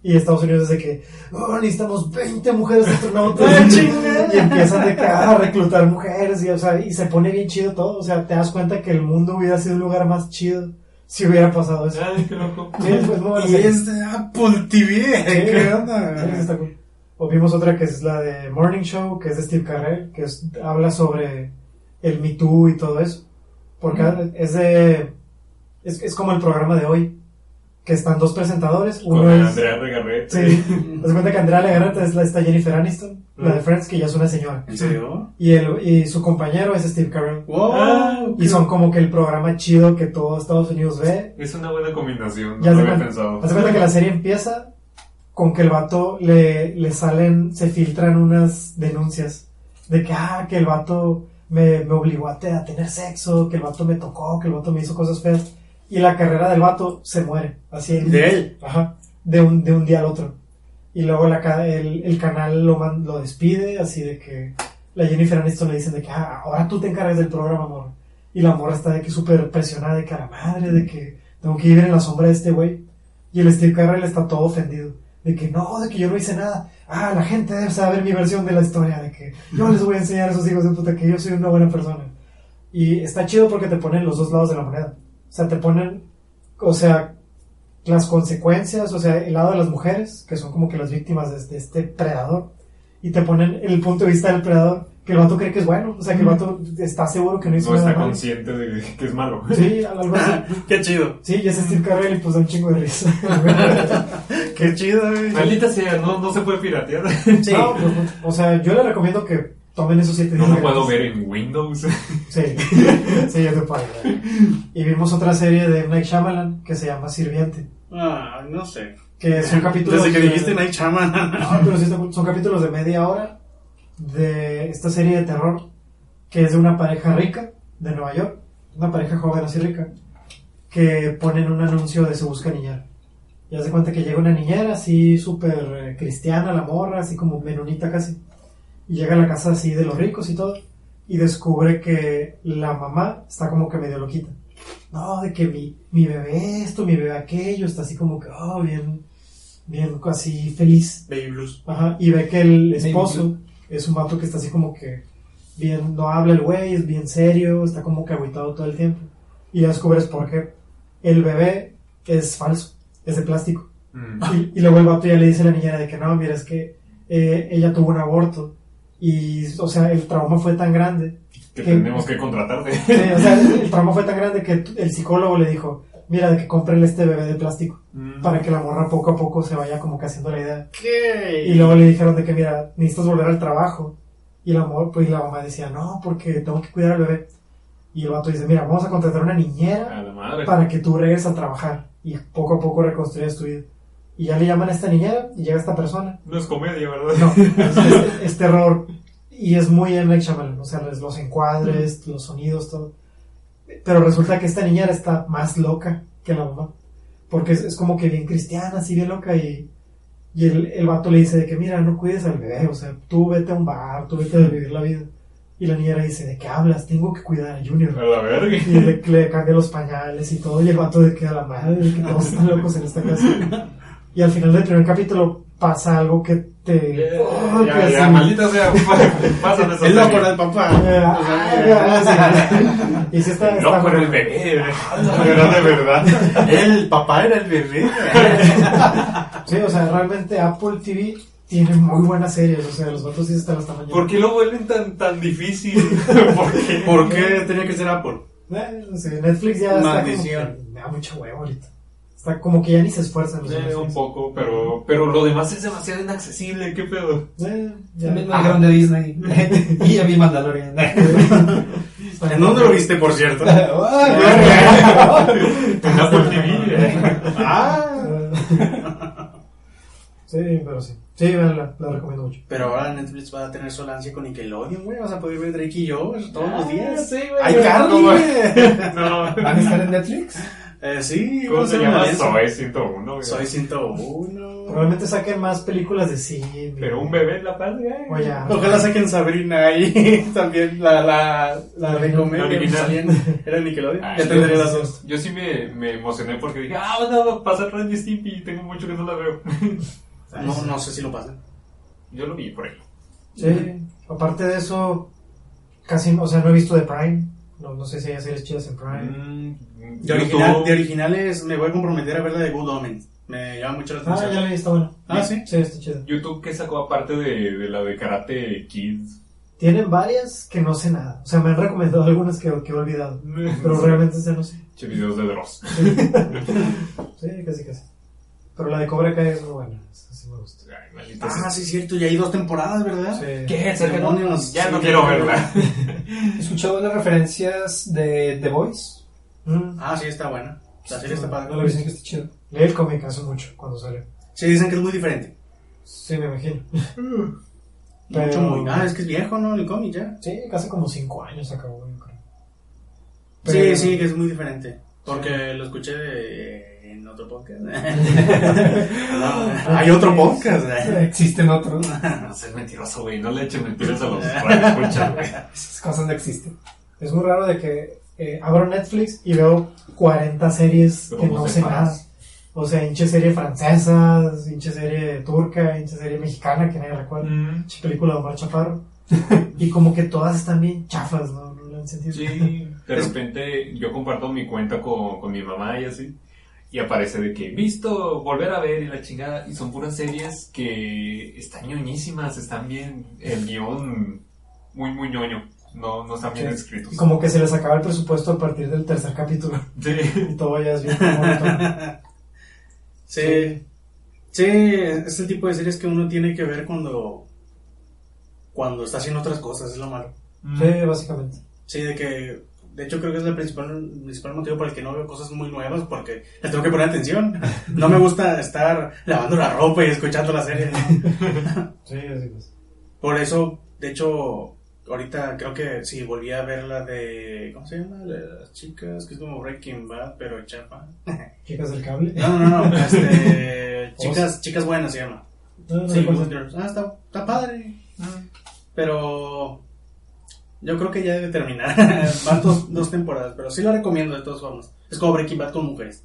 y Estados Unidos es de que, oh, necesitamos 20 mujeres astronautas. y empiezan de que, ah, a reclutar mujeres y, o sea, y se pone bien chido todo. O sea, te das cuenta que el mundo hubiera sido un lugar más chido si hubiera pasado eso.
Ay, qué loco.
Sí, pues, muy buena
Y
serie.
es de Apple TV.
Sí.
¿Qué
Sí, sí,
onda?
está cool. O vimos otra que es la de Morning Show, que es de Steve Carell, que es- habla sobre el Me Too y todo eso. Porque es de... Es, es como el programa de hoy, que están dos presentadores. Uno
Con
es...
Andrea Regarrete.
Sí. Haz cuenta que Andrea Legarreta es la, está Jennifer Aniston, la de Friends, que ya es una señora.
¿En serio?
Y, el, y su compañero es Steve Carell.
Wow.
Ah, Y son como que el programa chido que todo Estados Unidos ve.
Es una buena combinación,
Ya
no lo
se
había
cuenta.
pensado.
Haz cuenta que la serie empieza con que el vato le, le salen, se filtran unas denuncias de que, ah, que el vato me, me obligó a, te- a tener sexo, que el vato me tocó, que el vato me hizo cosas feas. Y la carrera del vato se muere. Así en-
De él.
Ajá, de un, de un día al otro. Y luego la, ca- el, el canal lo, man- lo despide, así de que la Jennifer Aniston le dicen de que "Ah, ahora tú te encargas del programa, amor. Y la morra está de que súper presionada, de que a la madre, de que tengo que vivir en la sombra de este güey. Y el Steve Carell está todo ofendido. de que no, de que yo no hice nada. Ah, la gente debe saber mi versión de la historia, de que yo les voy a enseñar a esos hijos de puta que yo soy una buena persona. Y está chido porque te ponen los dos lados de la moneda. O sea, te ponen, o sea, las consecuencias, o sea, el lado de las mujeres, que son como que las víctimas de, de este predador, y te ponen el punto de vista del predador, que el vato cree que es bueno, o sea, que el vato está seguro que no hizo
No está
nada malo.
consciente de que es malo.
Sí, algo así.
Ah, Qué chido.
Sí, ya es Steve Carell y pues da un chingo de risa.
Qué chido, güey.
Maldita sea, no, no se puede piratear.
Sí.
No, pues, o sea, yo le recomiendo que tomen esos siete
No
días
lo puedo
gratis.
ver en Windows.
Sí, sí, yo te puedo ayudar. Y vimos otra serie de M. Night Shyamalan que se llama Sirviente,
Ah, no sé.
que son capítulos...
Desde que
de-
dijiste Night Shaman.
Ah.
No, pero sí son son capítulos de media hora de esta serie de terror que es de una pareja rica de Nueva York, una pareja joven así rica, que ponen un anuncio de se busca niñera. Y hace cuenta que llega una niñera así súper eh, cristiana, la morra, así como menonita casi. Y llega a la casa así de los ricos y todo. Y descubre que la mamá está como que medio loquita. No, de que mi, mi bebé esto, mi bebé aquello, está así como que, oh, bien, bien, así feliz.
Baby Blues.
Ajá, y ve que el esposo es un vato que está así como que bien, no habla el güey, es bien serio, está como que agüitado todo el tiempo. Y ya descubres por qué. El bebé es falso, es de plástico.
Mm.
Y, y luego el vato ya le dice a la niñera de que no, mira, es que eh, ella tuvo un aborto. Y, o sea, el trauma fue tan grande
Que
¿Qué?
tenemos que contratarte.
Sí, o sea, el, el trauma fue tan grande que t- el psicólogo le dijo, mira, de que cómprele este bebé de plástico para que la morra poco a poco se vaya como que haciendo la idea.
¿Qué?
Y luego le dijeron de que, mira, necesitas volver al trabajo. Y la, mor- pues, la mamá decía, no, porque tengo que cuidar al bebé. Y el vato dice, mira, vamos a contratar una niñera
A la madre.
para que tú regreses a trabajar y poco a poco reconstruyes tu vida. Y ya le llaman a esta niñera y llega esta persona
No es comedia, ¿verdad?
no, es, es- es terror. Y es muy en Night Shyamalan, o sea, los, los encuadres, los sonidos, todo. Pero resulta que esta niña está más loca que la mamá. Porque es, es como que bien cristiana, así bien loca. Y, y el, el vato le dice de que, mira, no cuides al bebé, o sea, tú vete a un bar, tú vete a vivir la vida. Y la niñera dice, ¿de qué hablas? Tengo que cuidar a Junior.
A la verga.
Y le, le cambia los pañales y todo, y el vato de que a la madre, de que todos están locos en esta casa. Y al final del primer capítulo pasa algo que te... ¡Oh, que
ya, ya,
así!
maldita sea. Pasan esas
Es la por el papá.
Eh, ah, sí. Y si está... está
No, por el
bueno.
bebé. Era de verdad.
El papá era el bebé.
Sí, o sea, realmente Apple TV tiene muy buenas series, o sea, los vatos sí están hasta mañana.
¿Por qué lo vuelven tan, tan difícil? ¿Por qué?
¿Por qué tenía que ser Apple?
Eh, no sé, Netflix ya está como
Maldición.
que me da mucho huevo ahorita. Está como que ya ni se esfuerzan los
Eh, un
Netflix.
poco, pero, pero lo demás es demasiado inaccesible. ¿Qué pedo?
Eh, ya.
También me dijeron de Ah, Disney. y ya vi Mandalorian.
Está
¿En dónde lo viste, por cierto?
En Apple TV.
Ah.
Sí, pero sí. Sí, véanla, la recomiendo mucho.
Pero ahora Netflix va a tener sola ansia con Nickelodeon, güey. Vas a poder ver Drake y yo eso todos los días.
Ah, Sí,
¡Ay,
güey.
Carly,
No,
güey!
No.
¿Van a estar en Netflix?
Eh, sí,
¿Cómo
vamos a
se
hacer una
llama?
de esas.
Soy 101. güey.
Soy 101.
Probablemente saquen más películas de cine.
Pero un bebé en la patria.
O ya.
Ojalá saquen Sabrina ahí también la, la, la de comedia.
La original.
también. Era Nickelodeon.
Ah,
ya tendré las dos.
Yo sí me, me emocioné porque dije, ah, van a pasar Ren y Stimpy, tengo mucho que no la veo.
No, no sé si lo pasan.
Yo lo vi por ahí.
Sí. Aparte de eso, casi, o sea, no he visto de Prime. No, no sé si hay series chidas en Prime.
Mm,
De, original,
YouTube.
de originales me voy a comprometer a ver la de Good Omens. Me llama mucho la
Ah,
atención.
ya la vi, está buena.
Ah, ¿sí?
Sí, está chida.
YouTube que sacó aparte de, de la de Karate Kids.
Tienen varias que no sé nada. O sea, me han recomendado algunas que, que he olvidado. Pero realmente se no sé.
Che, videos de Dross.
Sí, casi, casi. Pero la de Cobra Kai es muy buena. Esa sí me gusta.
Ay, maldita
Ah,
sea.
sí, es cierto. Ya hay dos temporadas, ¿verdad?
Sí.
¿Qué? ¿Se acabó?
Demonios.
Ya no
Sí,
quiero
ya-
verla.
He escuchado las referencias de The Voice.
Mm.
Ah, sí, está buena. La serie está
No lo
padre.
dicen que está chido.
Leí el cómic hace mucho cuando salió.
Sí, dicen que es muy diferente.
Sí, me imagino.
Mucho
Pero-
muy. Ah, es que es viejo, ¿no? El cómic ya.
Sí, casi como 5 años acabó, yo creo.
Sí,
Pero-
sí, que es muy diferente. Porque lo escuché de- eh, en otro podcast. No, hay otro podcast.
Existen otros.
No seas mentiroso, güey. No le eches mentiras a los escuchas, güey.
Esas cosas no existen.
Es muy raro de que eh, abro Netflix y veo 40 series
Pero
que
vos
no
te
sé nada.
paras.
O sea, hinche serie francesa, hinche serie turca, hinche serie mexicana, que nadie recuerda.
Mm,
Pinche película de Omar Chaparro. y como que todas están bien chafas, ¿no? No le han sentido.
Sí, de repente yo comparto mi cuenta con, con mi mamá y así. Y aparece de que visto, volver a ver y la chingada. Y son puras series que están ñoñísimas, están bien. El guión muy, muy ñoño. No, no están bien
Sí.
escritos.
Y como que se les acaba el presupuesto a partir del tercer capítulo.
Sí.
Y todo ya es bien monótono.
Sí. Sí, es el tipo de series que uno tiene que ver cuando cuando está haciendo otras cosas, es lo malo.
Sí, básicamente.
Sí, de que de hecho creo que es el principal, el principal motivo por el que no veo cosas muy nuevas porque le tengo que poner atención. No me gusta estar lavando la ropa y escuchando la serie. ¿no?
Sí, así pues.
Por eso, de hecho, ahorita creo que sí volví a ver la de ¿cómo se llama? La de las chicas, que es como Breaking Bad, pero en chapa.
Chicas del cable.
No, no, no, este chicas, chicas buenas se llama.
No, no
Sí,
recuerdo.
Good Girls. Ah, está, está padre.
Ah.
Pero yo creo que ya debe terminar. Van dos, dos temporadas, pero sí la recomiendo de todas formas. Es como Breaking Bad con mujeres.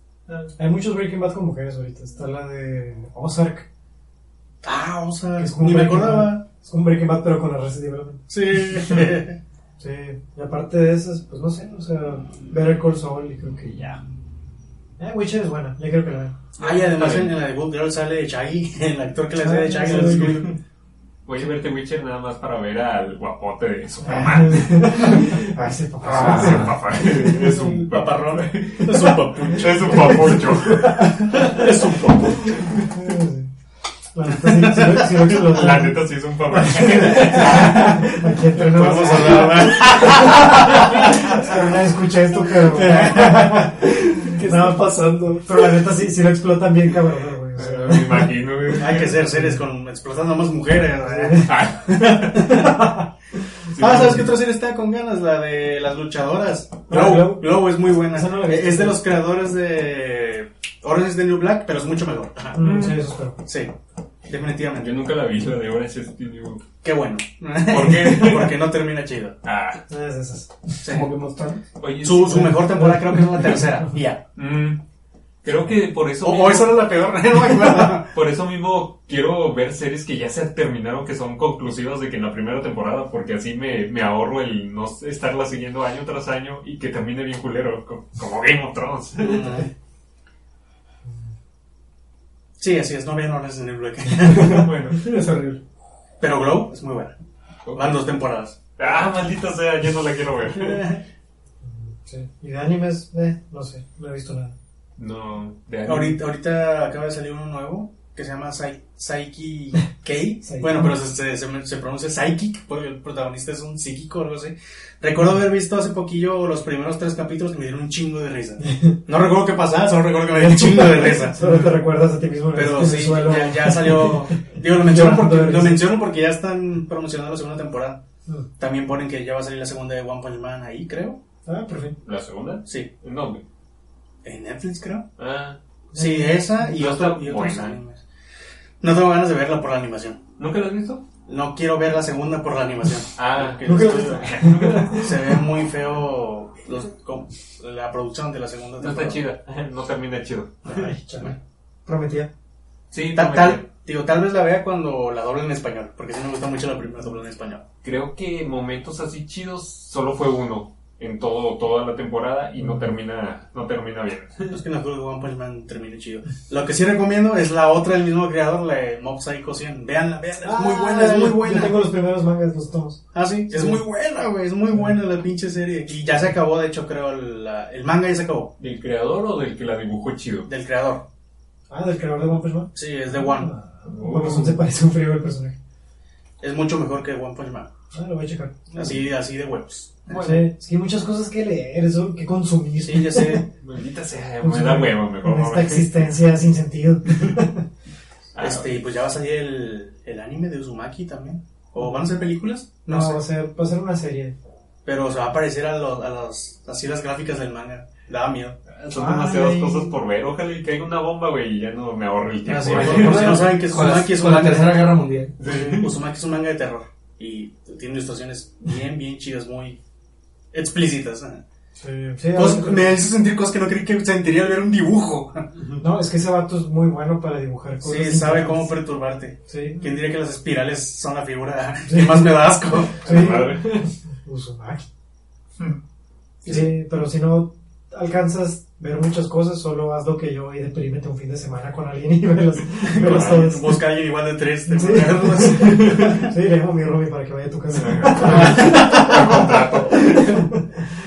Hay muchos Breaking Bad con mujeres ahorita. Está la de Ozark.
Ah, o sea,
que es como
ni me
Breaking
acordaba.
Bad. Es como Breaking Bad, pero con Arrested Development.
Sí.
Sí. Y aparte de esas, pues no sé, o sea, Better Call Saul y creo que ya. Eh, Witcher es buena, ya creo que la vean.
ah, y además en, en la de Good Girl sale Chaggy, el actor que le hace de Chaggy.
Ah,
en
sí.
Scooby-Doo.
Voy a verte Witcher nada más para ver al guapote de Superman.
Ay, se papá.
Es un papá. Es un
Paparrón. Es un papucho.
Es un papucho.
Es un papucho.
La neta, sí, sí, sí, lo explotaron.
La neta sí es un papá.
Aquí entre nos.
Podemos hablar más.
Pero nadie escucha esto, pero.
¿Qué estaba pasando?
Pero la neta sí, sí lo explotan bien, cabrón, güey. o sea.
Me imagino. güey.
Hay que hacer series con explotando más mujeres. ¿eh?
Ah. Sí,
ah, ¿sabes
sí.
qué otra serie está con ganas? La de las luchadoras.
Ah,
Glow.
Glow.
Glow es muy buena.
Esa no la he visto.
es de los creadores de Orange is the New Black, pero es mucho mejor. Ajá.
Mm, Sí, eso espero.
Sí,
Yo
definitivamente.
nunca la vi, la de Orange is the New-
Qué bueno.
¿Por qué?
Porque no termina chido.
Ah,
Es de esas.
Sí.
Como que mostraron.
oye,
Su,
sí,
su mejor temporada creo que es la tercera. Ya.
mm, creo que por eso,
O,
mismo,
o esa era la peor, no me acuerdo.
por eso mismo quiero ver series que ya se terminaron, que son conclusivas de que en la primera temporada, porque así me, me ahorro el no estarla siguiendo año tras año y que termine bien culero, co- como Game of Thrones.
Sí, así es, no vean Orange is the New Black.
bueno.
Es horrible.
Pero Glow es muy buena. Van dos temporadas.
Ah, maldita sea, yo no la quiero ver.
Sí. Y de animes, eh, no sé, no he visto nada.
No, de anime.
Ahorita, ahorita acaba de salir uno nuevo que se llama Psy- Psyche K.
Psyche.
bueno, pero se, se- se- se pronuncia Psychic porque el protagonista es un psíquico o algo así. Recuerdo haber visto hace poquillo los primeros tres capítulos y me dieron un chingo de risa. No recuerdo qué pasaba, solo recuerdo que me dieron un chingo de risa.
Solo te recuerdas a ti mismo. en el- en
Pero
el
sí,
suelo.
ya, ya salió. Digo, lo menciono,
Llorando
porque,
de
lo
risa.
menciono porque ya están promocionando la segunda temporada.
Mm.
También ponen que ya va a salir la segunda de One Punch Man ahí, creo.
Ah, por fin.
¿La segunda?
Sí,
El nombre.
en Netflix, creo.
Ah,
Sí, esa y,
No
otro,
está
y otros
buena.
animes. No tengo ganas de verla por la animación.
¿nunca la has visto?
No quiero ver la segunda por la animación.
Ah,
Porque
nunca la he
estoy-
¿Nunca la has visto?
se ve muy feo los- como la producción de la segunda
No
temporada.
está chida, no termina chido.
Ay, chale.
Prometía.
Sí,
Ta-
no me
tal, digo, tal vez la vea cuando la doble en español, porque sí me gusta mucho la primera doble en español.
creo que momentos así chidos solo fue uno en todo toda la temporada y no termina no termina bien
Es que no creo que One Punch Man termine chido. Lo que sí recomiendo es la otra del mismo creador, la de Mob Psycho 100. Veanla, veanla, es muy buena, es muy buena.
Ah, Yo tengo los primeros mangas, los tomos.
Ah, sí, es
Sí.
muy buena, güey, es muy buena la pinche serie. Y ya se acabó, de hecho, creo, la- el manga ya se acabó,
del creador o del que la dibujó chido
del creador.
Ah, del creador de One Punch Man.
Sí, es de One.
Ah, Por razón se parece un frío el personaje.
Es mucho mejor que One Punch Man.
Ah, lo voy a checar.
Así, así de huevos.
Sí, es que hay muchas cosas que leer, eso que consumir.
Sí, ya sé.
maldita sea me da huevo mejor
Con
no
esta
ver.
existencia sin sentido.
Ah,
Este, y pues ya va a salir el, el anime de Uzumaki también. ¿O van a ser películas?
No,
No, sé.
va, a ser, va a ser una serie.
Pero se va a parecer a, los, a las, así las gráficas del manga. Daba miedo.
Ah, son demasiadas
Ay.
cosas por ver ojalá y caiga una bomba güey y ya no me ahorre el tiempo
Así,
güey.
Ah, por, por si no saben que
Con la,
Uzumaki es un
con la
manga.
Tercera Guerra Mundial.
Uzumaki es un manga de terror y tiene ilustraciones bien, bien chidas, muy explícitas. ajá.
Sí, Pues sí,
Cosas-
ahora-
me hizo sentir cosas que no creí que sentiría al ver un dibujo.
No, es que ese vato es muy bueno para dibujar cosas.
Sí, sabe
interesantes.
cómo perturbarte.
Sí.
¿Quién diría que las espirales son la figura que más me da asco?
Sí.
Madre.
Uzumaki. Sí, pero si no alcanzas ver muchas cosas, solo haz lo que yo y deprímete un fin de semana con alguien y velas, velas todas.
Ah, Busca este a alguien igual de triste.
Sí.
¿no?
Sí, le llamo a mi Romy para que vaya a tu casa.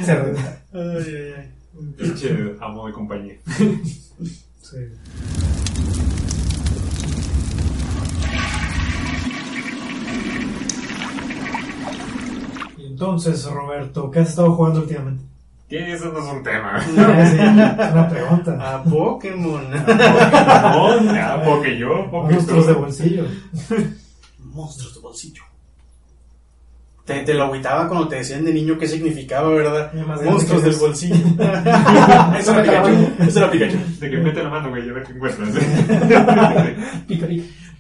Se revela.
Ay, ay, ay.
Pinche amo de compañía.
Sí. Y entonces, Roberto, ¿qué has estado jugando últimamente? Ah,
Que eso no es un tema.
Sí, es una pregunta.
A Pokémon.
Pokémon, ah, porque yo, porque
Monstruos
tú.
de bolsillo.
Monstruos de bolsillo. Te, te lo agüitaba cuando te decían de niño qué significaba, ¿verdad?
Ya más grande
Monstruos
que
del
eres.
bolsillo. Eso era Pikachu. Eso era Pikachu.
De que mete la mano, güey, a ver qué encuentras.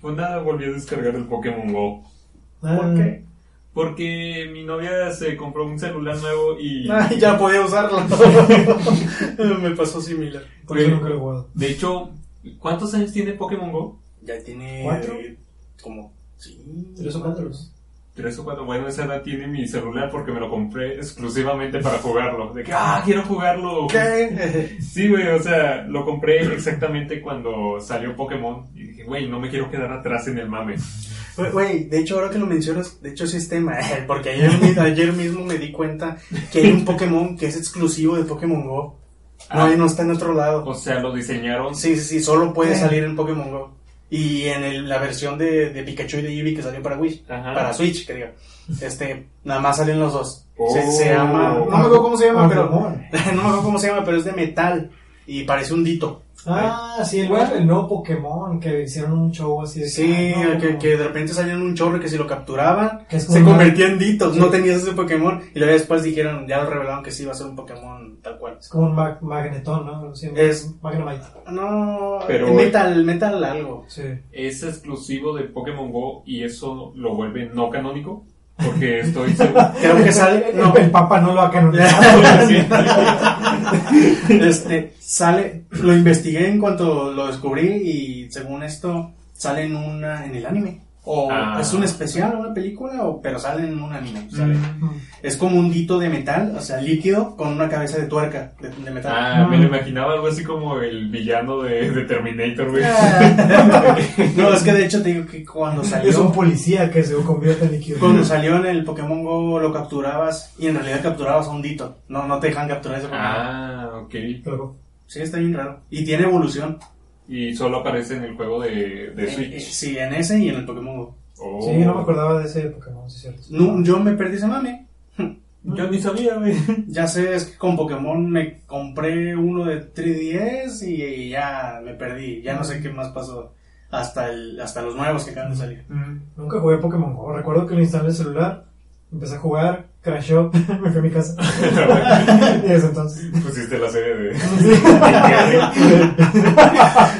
pues nada, volví a descargar el Pokémon Go.
Ah,
Porque mi novia se compró un celular nuevo y.
Ah.
Ay, ya podía usarlo. Me pasó similar.
Por eso nunca lo he jugado.
De hecho, ¿cuántos años tiene Pokémon Go?
Ya tiene.
¿Cuatro?
Como. Sí.
Tres o cuatro. ¿no?
Tres o cuatro. Bueno, esa edad tiene mi celular porque me lo compré exclusivamente para jugarlo. De que, ah, quiero jugarlo.
¿Qué?
Sí, güey, o sea, lo compré exactamente cuando salió Pokémon. Y dije, güey, no me quiero quedar atrás en el mame.
Güey, Güey, de hecho, ahora que lo mencionas, de hecho, sí es tema. eh, Porque ayer, mi- ayer mismo me di cuenta que hay un Pokémon que es exclusivo de Pokémon Go. No,
Ah.
ahí no está en otro lado.
O sea, lo diseñaron.
Sí, sí, sí, solo puede salir en Pokémon Go. Y en el- la versión de, de Pikachu y de Eevee que salió para Wii,
Ajá.
para Switch, que diga. Este, nada más salen los dos.
Oh.
Se, se llama. No me
Ah,
acuerdo cómo se llama,
ah,
pero.
amor.
No me acuerdo cómo se llama, pero es de metal. Y parece un dito.
Ah, sí, el, nuevo- el nuevo Pokémon que hicieron un show así. de-
Sí,
ah, no,
que,
no.
que de repente salían un chorro que si lo capturaban,
Que es como
se
una-
convertía en dito.
Sí.
No tenías ese Pokémon. Y luego después dijeron, ya lo revelaron que sí iba a ser un Pokémon tal cual.
Es como un mag- magnetón, ¿no? Sí,
Es-
Magnemite.
No,
Pero-
metal, metal algo.
Sí.
es exclusivo de Pokémon Go y eso lo vuelve no canónico. Porque estoy seguro.
Creo que sale.
No,
No,
el Papa no lo ha canonizado.
este, sale. Lo investigué en cuanto lo descubrí. Y según esto, sale en, una, en el anime. O
Ah.
es un especial, una película, o, pero sale en un anime. sale.
Mm.
Es como un dito de metal, o sea, líquido, con una cabeza de tuerca de, de metal.
Ah, me lo imaginaba algo así como el villano de, de Terminator, güey.
No, es que de hecho te digo que cuando
Es un
salió,
policía que se convierte en líquido.
cuando salió en el Pokémon Go lo capturabas y en realidad capturabas a un Dito. No, no te dejan capturar ese Pokémon.
Ah, ok.
Pero-
Sí, está bien raro. Y tiene evolución.
Y solo aparece en el juego de, de
Eh, eh,
Switch.
sí, en ese y en el Pokémon Go.
Oh.
Sí, no me acordaba de ese Pokémon, sí es cierto.
No, yo me perdí ese mame.
Yo ni sabía, güey.
Ya sé, es que con Pokémon me compré uno de 3DS y, y ya me perdí. Ya no sé qué más pasó. Hasta, el, hasta los nuevos que acaban de salir.
Nunca jugué a Pokémon Go. Recuerdo que lo instalé en el celular, empecé a jugar, crashó, me fui a mi casa. y desde entonces
Pusiste la serie de.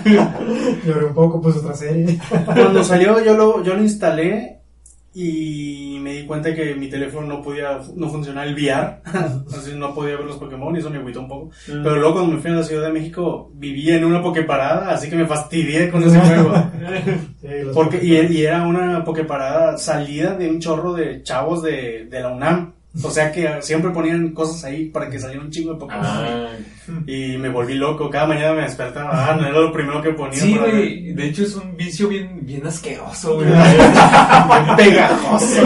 lloré un poco, puse otra serie.
Cuando salió yo lo, yo lo instalé y me di cuenta que mi teléfono no podía no funcionaba el VR, entonces no podía ver los Pokémon y eso me agüitó un poco. Pero luego cuando me fui a la Ciudad de México vivía en una Poképarada, así que me fastidié con ese juego.
Sí, los
Porque, y,
Pokémon.
e- y era una Poképarada salida de un chorro de chavos de, de la UNAM. O sea que siempre ponían cosas ahí para que saliera un chingo de Pokémon.
Ah,
Y me volví loco, cada mañana me despertaba, ah, no era lo primero que ponía.
sí,
para ver.
güey. De hecho, es un vicio bien, bien asqueroso, güey.
Pegajoso.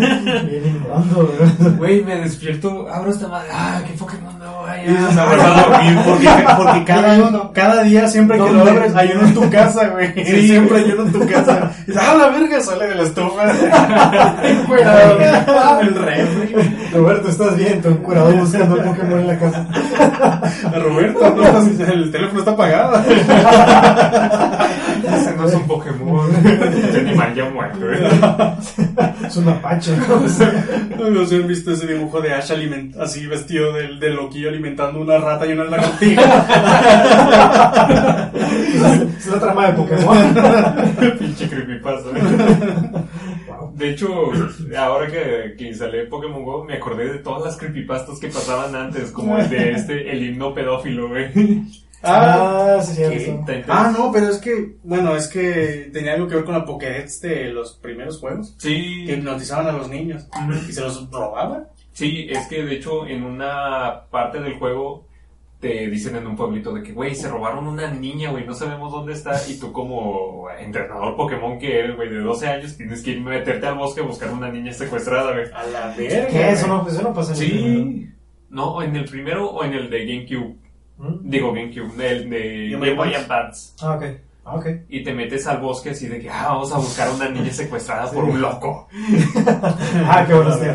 Bien inmundo, ¿verdad?
Güey, me despierto, abro esta madre. Ah, qué Pokémon no,
Y dices, "Ah,
vaya.
me voy a dormir", porque, porque cada, cada día, siempre que lo
¿Dónde?
abres, hay uno en tu casa, güey. Siempre hay uno en tu casa. Y dices, ah, la verga, sale de la estufa. El refri.
Roberto, estás bien, tu curado buscando el Pokémon en la casa.
Roberto, no, el teléfono está apagado.
Ese no es un Pokémon. Ese animal ya muerto, güey.
Es un mapache.
No sé si han visto ese dibujo de Ash aliment- así vestido del de loquillo alimentando una rata y una lagartija.
Es la trama de Pokémon.
Pinche creepypasta.
Wow.
huevo.
De hecho, ahora que, que instalé Pokémon Go, me acordé de todas las creepypastas que pasaban antes, como el de este, el himno pedófilo, güey.
Ah, sí,
Que
cierto.
te-
Ah, no, pero es que, bueno, es que tenía algo que ver con la Pokédex de los primeros juegos.
Sí.
Que hipnotizaban a los niños y se los robaban.
Sí, es que de hecho en una parte del juego te dicen en un pueblito de que, güey, se robaron una niña, güey, no sabemos dónde está. Y tú como entrenador Pokémon que eres, güey, de 12 años, tienes que ir meterte al bosque a buscar una niña secuestrada, güey.
A la verga.
¿Qué? Eso no, eso no pasa en el primero.
Sí. No, en el primero o en el de GameCube.
¿Mm?
Digo GameCube, el de
Game
Game
Boy
Boy Advance.
Ah, ok. Ah, ok.
Y te metes al bosque así de que, ah, vamos a buscar una niña secuestrada por un loco.
Ah, qué
A la
buenos
verga.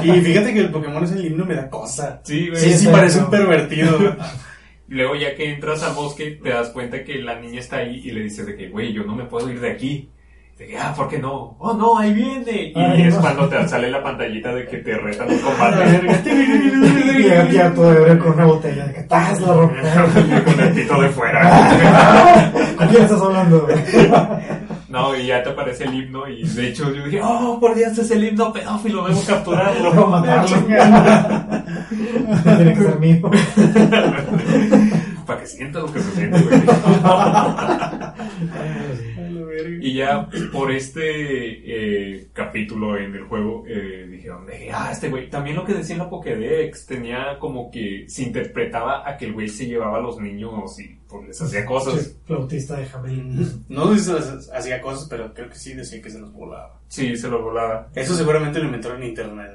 tiempos.
Y fíjate que el Pokémon es el himno, me da cosa.
Sí, güey.
Sí, sí,
sí,
parece
no.
un pervertido.
Luego ya que entras al bosque te das cuenta que la niña está ahí y le dices de que, güey, yo no me puedo ir de aquí. De que, ah, ¿por qué no? Oh, no, ahí viene. Y
Ay,
es
no.
cuando te sale la pantallita de que te retan un
A la
combate.
verga. Y aquí a todo ebrio con una botella de que estás la rompe.
Con el pito de fuera.
¿Con quién estás hablando? güey?
No, y ya te aparece el himno y de hecho yo dije, oh, por Dios, este es el himno pedófilo, debo capturarlo.
Luego matarlo. No tiene que ser mío.
Para que sienta lo que se siente, güey. Y ya pues, por este eh, capítulo en el juego eh, dijeron, de que, ah, este güey, también lo que decía en la Pokédex, tenía como que se interpretaba a que el güey se llevaba a los niños y pues les hacía cosas.
Che, Flautista de Jamel.
No sé si se las hacía cosas, pero creo que sí decía que se los volaba.
Sí, se lo volaba.
Eso seguramente lo inventaron en internet.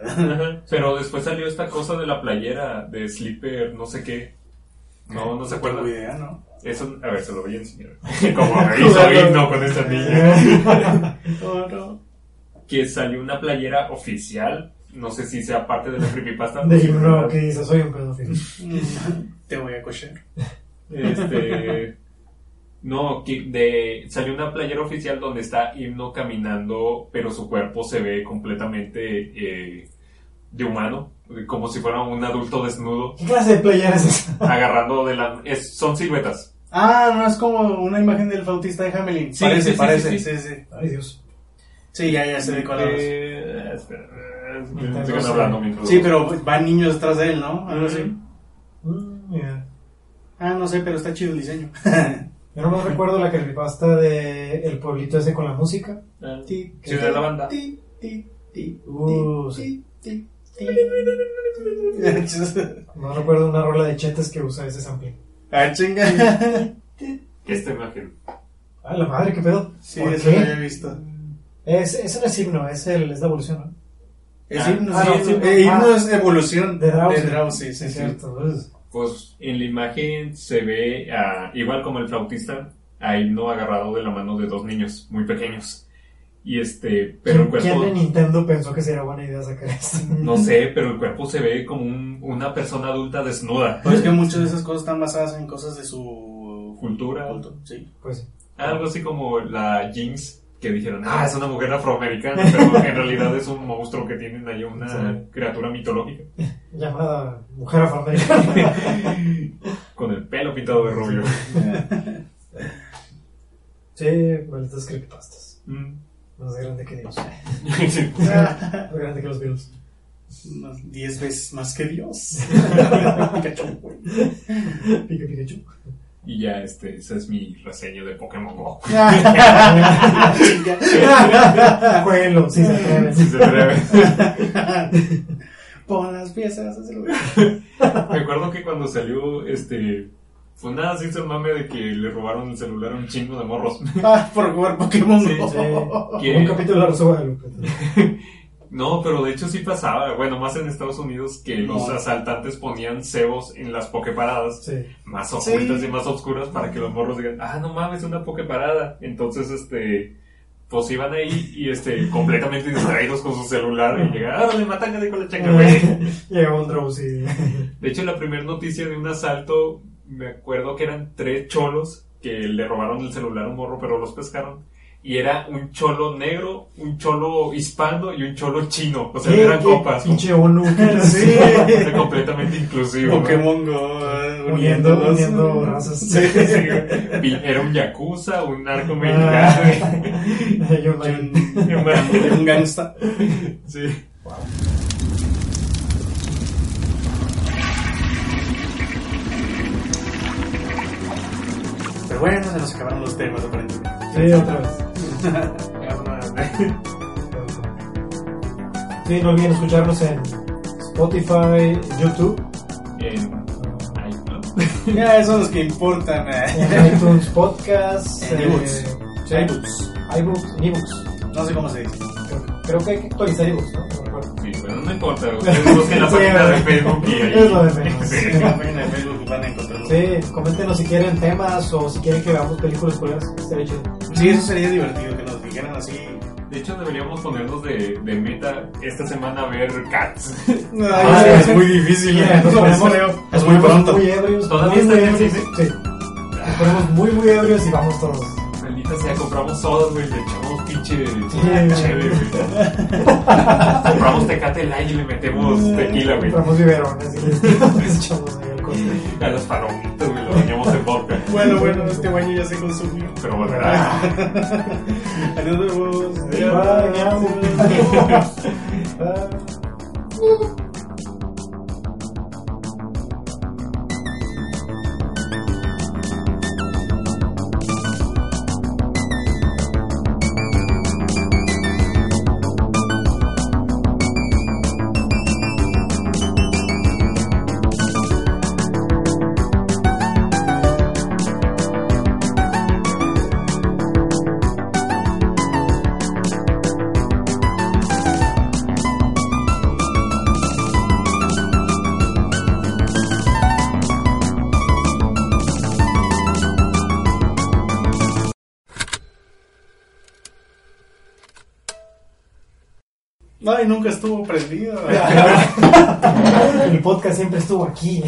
Pero después salió esta cosa de la playera de Slipper, no sé qué. No, no se acuerda.
tengo idea, ¿no?
Eso, a ver, se lo voy a enseñar. Como me hizo himno con esta niña.
No, no.
Que salió una playera oficial. No sé si sea parte de la creepypasta.
De himno que dice, soy un pedófilo.
Mm, Te voy a cocher.
Este. No, que de, salió una playera oficial donde está himno caminando, pero su cuerpo se ve completamente eh, de humano, como si fuera un adulto desnudo,
¿Qué clase de player es esa?
agarrando de la. es- son siluetas.
Ah, no, es como una imagen del flautista de Hamelin.
Sí,
parece,
sí, sí,
parece.
sí,
Sí,
sí.
sí,
Ay, Dios.
Sí, ya, ya se ve cuál es.
Eh, espera, eh, sigan hablando mientras-
Sí, pero pues, van niños detrás de él, ¿no? Algo así.
Mm, mira.
Ah, no sé, pero está chido el diseño.
Yo nomás recuerdo la creepypasta de El Pueblito ese con la música.
Ah,
Ti,
Ciudad de la banda.
ti, ti, ti,
Uh,
ti, ti, ti, ti.
No recuerdo una rola de chetes que usa ese sample.
Ah, chinga.
Esta imagen.
Ah, la madre, qué pedo.
Sí,
¿Por
eso
qué?
lo había visto.
Es, eso no es himno, es, el, es la evolución, ¿no?
Es
Ah,
himno,
ah,
sí,
no,
es-
sí,
eh,
ah.
himno es evolución
De Drowsy.
De Drowsy, sí,
es
sí.
cierto. pues.
Pues en la imagen se ve, ah, igual como el flautista, a himno agarrado de la mano de dos niños muy pequeños. Y este, pero el
¿Quién, quién
cuerpo.
de Nintendo pensó que sería buena idea sacar esto?
No sé, pero el cuerpo se ve como un- una persona adulta desnuda.
Pues es que muchas de esas cosas están basadas en cosas de su
Cultura.
culto, sí.
Pues sí.
Algo así como la jeans que dijeron, ah, es una mujer afroamericana, pero en realidad es un monstruo que tienen ahí una
Sí.
criatura mitológica
Llamada Mujer Afroamericana.
con el pelo pintado de rubio.
sí, malditas creepypastas.
Mm.
Más grande que Dios.
Sí.
Más grande que los virus.
Unas Diez veces más que Dios. Pikachu, güey.
Pica Pikachu.
y ya, este, esa es mi reseña de Pokémon Go.
Jueguenlo, sí se atreven.
Si se atreve.
Pon las piezas, hazlo.
Me acuerdo que cuando salió, este, fue nada, se hizo el mame de que le robaron el celular a un chingo de morros.
Ah, por jugar Pokémon
Sí,
Go.
Sí.
¿Qué?
Un capítulo de la Rosa de Guadalupe.
No, pero de hecho sí pasaba, bueno, más en Estados Unidos que los
No.
asaltantes ponían cebos en las pokeparadas
Sí.
más
Sí.
ocultas y más obscuras para que los morros digan, ah, no mames, una pokeparada. Entonces, este, pues iban ahí y este, completamente distraídos con su celular y llegaron, ah, le matan de con la chancla, güey".
Llega un Drowsy.
De hecho, la primera noticia de un asalto, me acuerdo que eran tres cholos que le robaron el celular a un morro, pero los pescaron. y era un cholo negro, un cholo hispano y un cholo chino. O sea,
Sí,
eran
qué
copas.
Pinche ONU.
Sí.
Era completamente inclusivo. güey.
Pokémon Go, eh,
Uniendo,
uniéndolos.
uniendo razas.
Sí, sí, sí.
Y Era un yakuza, un narco
Ah.
mexicano.
Yo
Y
no-
un- y un- un gangsta.
Sí.
Pero bueno, se nos acabaron los temas aparentemente.
Sí, otra vez. Sí, no olviden escucharnos en Spotify, YouTube,
En- ay, no.
Ya, esos son los que importan.
en
eh.
iTunes Podcast, eh,
En ebooks.
sí,
iBooks.
iBooks, en ebooks.
No sé cómo se dice.
Creo, creo que hay que actualizar ebooks, ¿no? No recuerdo.
Sí, pero no importa. Ustedes busquen la página de Facebook y ahí.
Es lo de menos.
Sí.
En la página de Facebook van a encontrarlo.
Sí, coméntenos si quieren temas o si quieren que veamos películas culeras. Estaría chido.
Sí, eso sería divertido que nos dijeran así.
De hecho, deberíamos ponernos de, de meta esta semana a ver Cats.
Ah,
sí,
sí.
muy difícil.
Mira,
eh.
nos
Por
ponemos-
eso,
Nos
Es muy
ponemos
pronto.
Muy ebrios.
¿Todavía
muy,
está
muy
bien,
ebrios.
sí,
Sí. Nos ponemos muy, muy ebrios y vamos todos.
Maldita sea, compramos sodas, güey, le echamos pinche
güey.
chévere, güey. compramos tecate light y le metemos tequila, güey.
Compramos biberones y les les echamos ahí alcohol.
A los palomitas, güey, lo bañamos en vodka.
Bueno, bueno, este baño ya se consumió.
Pero volverá.
Adiós, huevos.
Bye,
Adiós.
Ah.
No, y nunca estuvo prendido.
El podcast siempre estuvo aquí.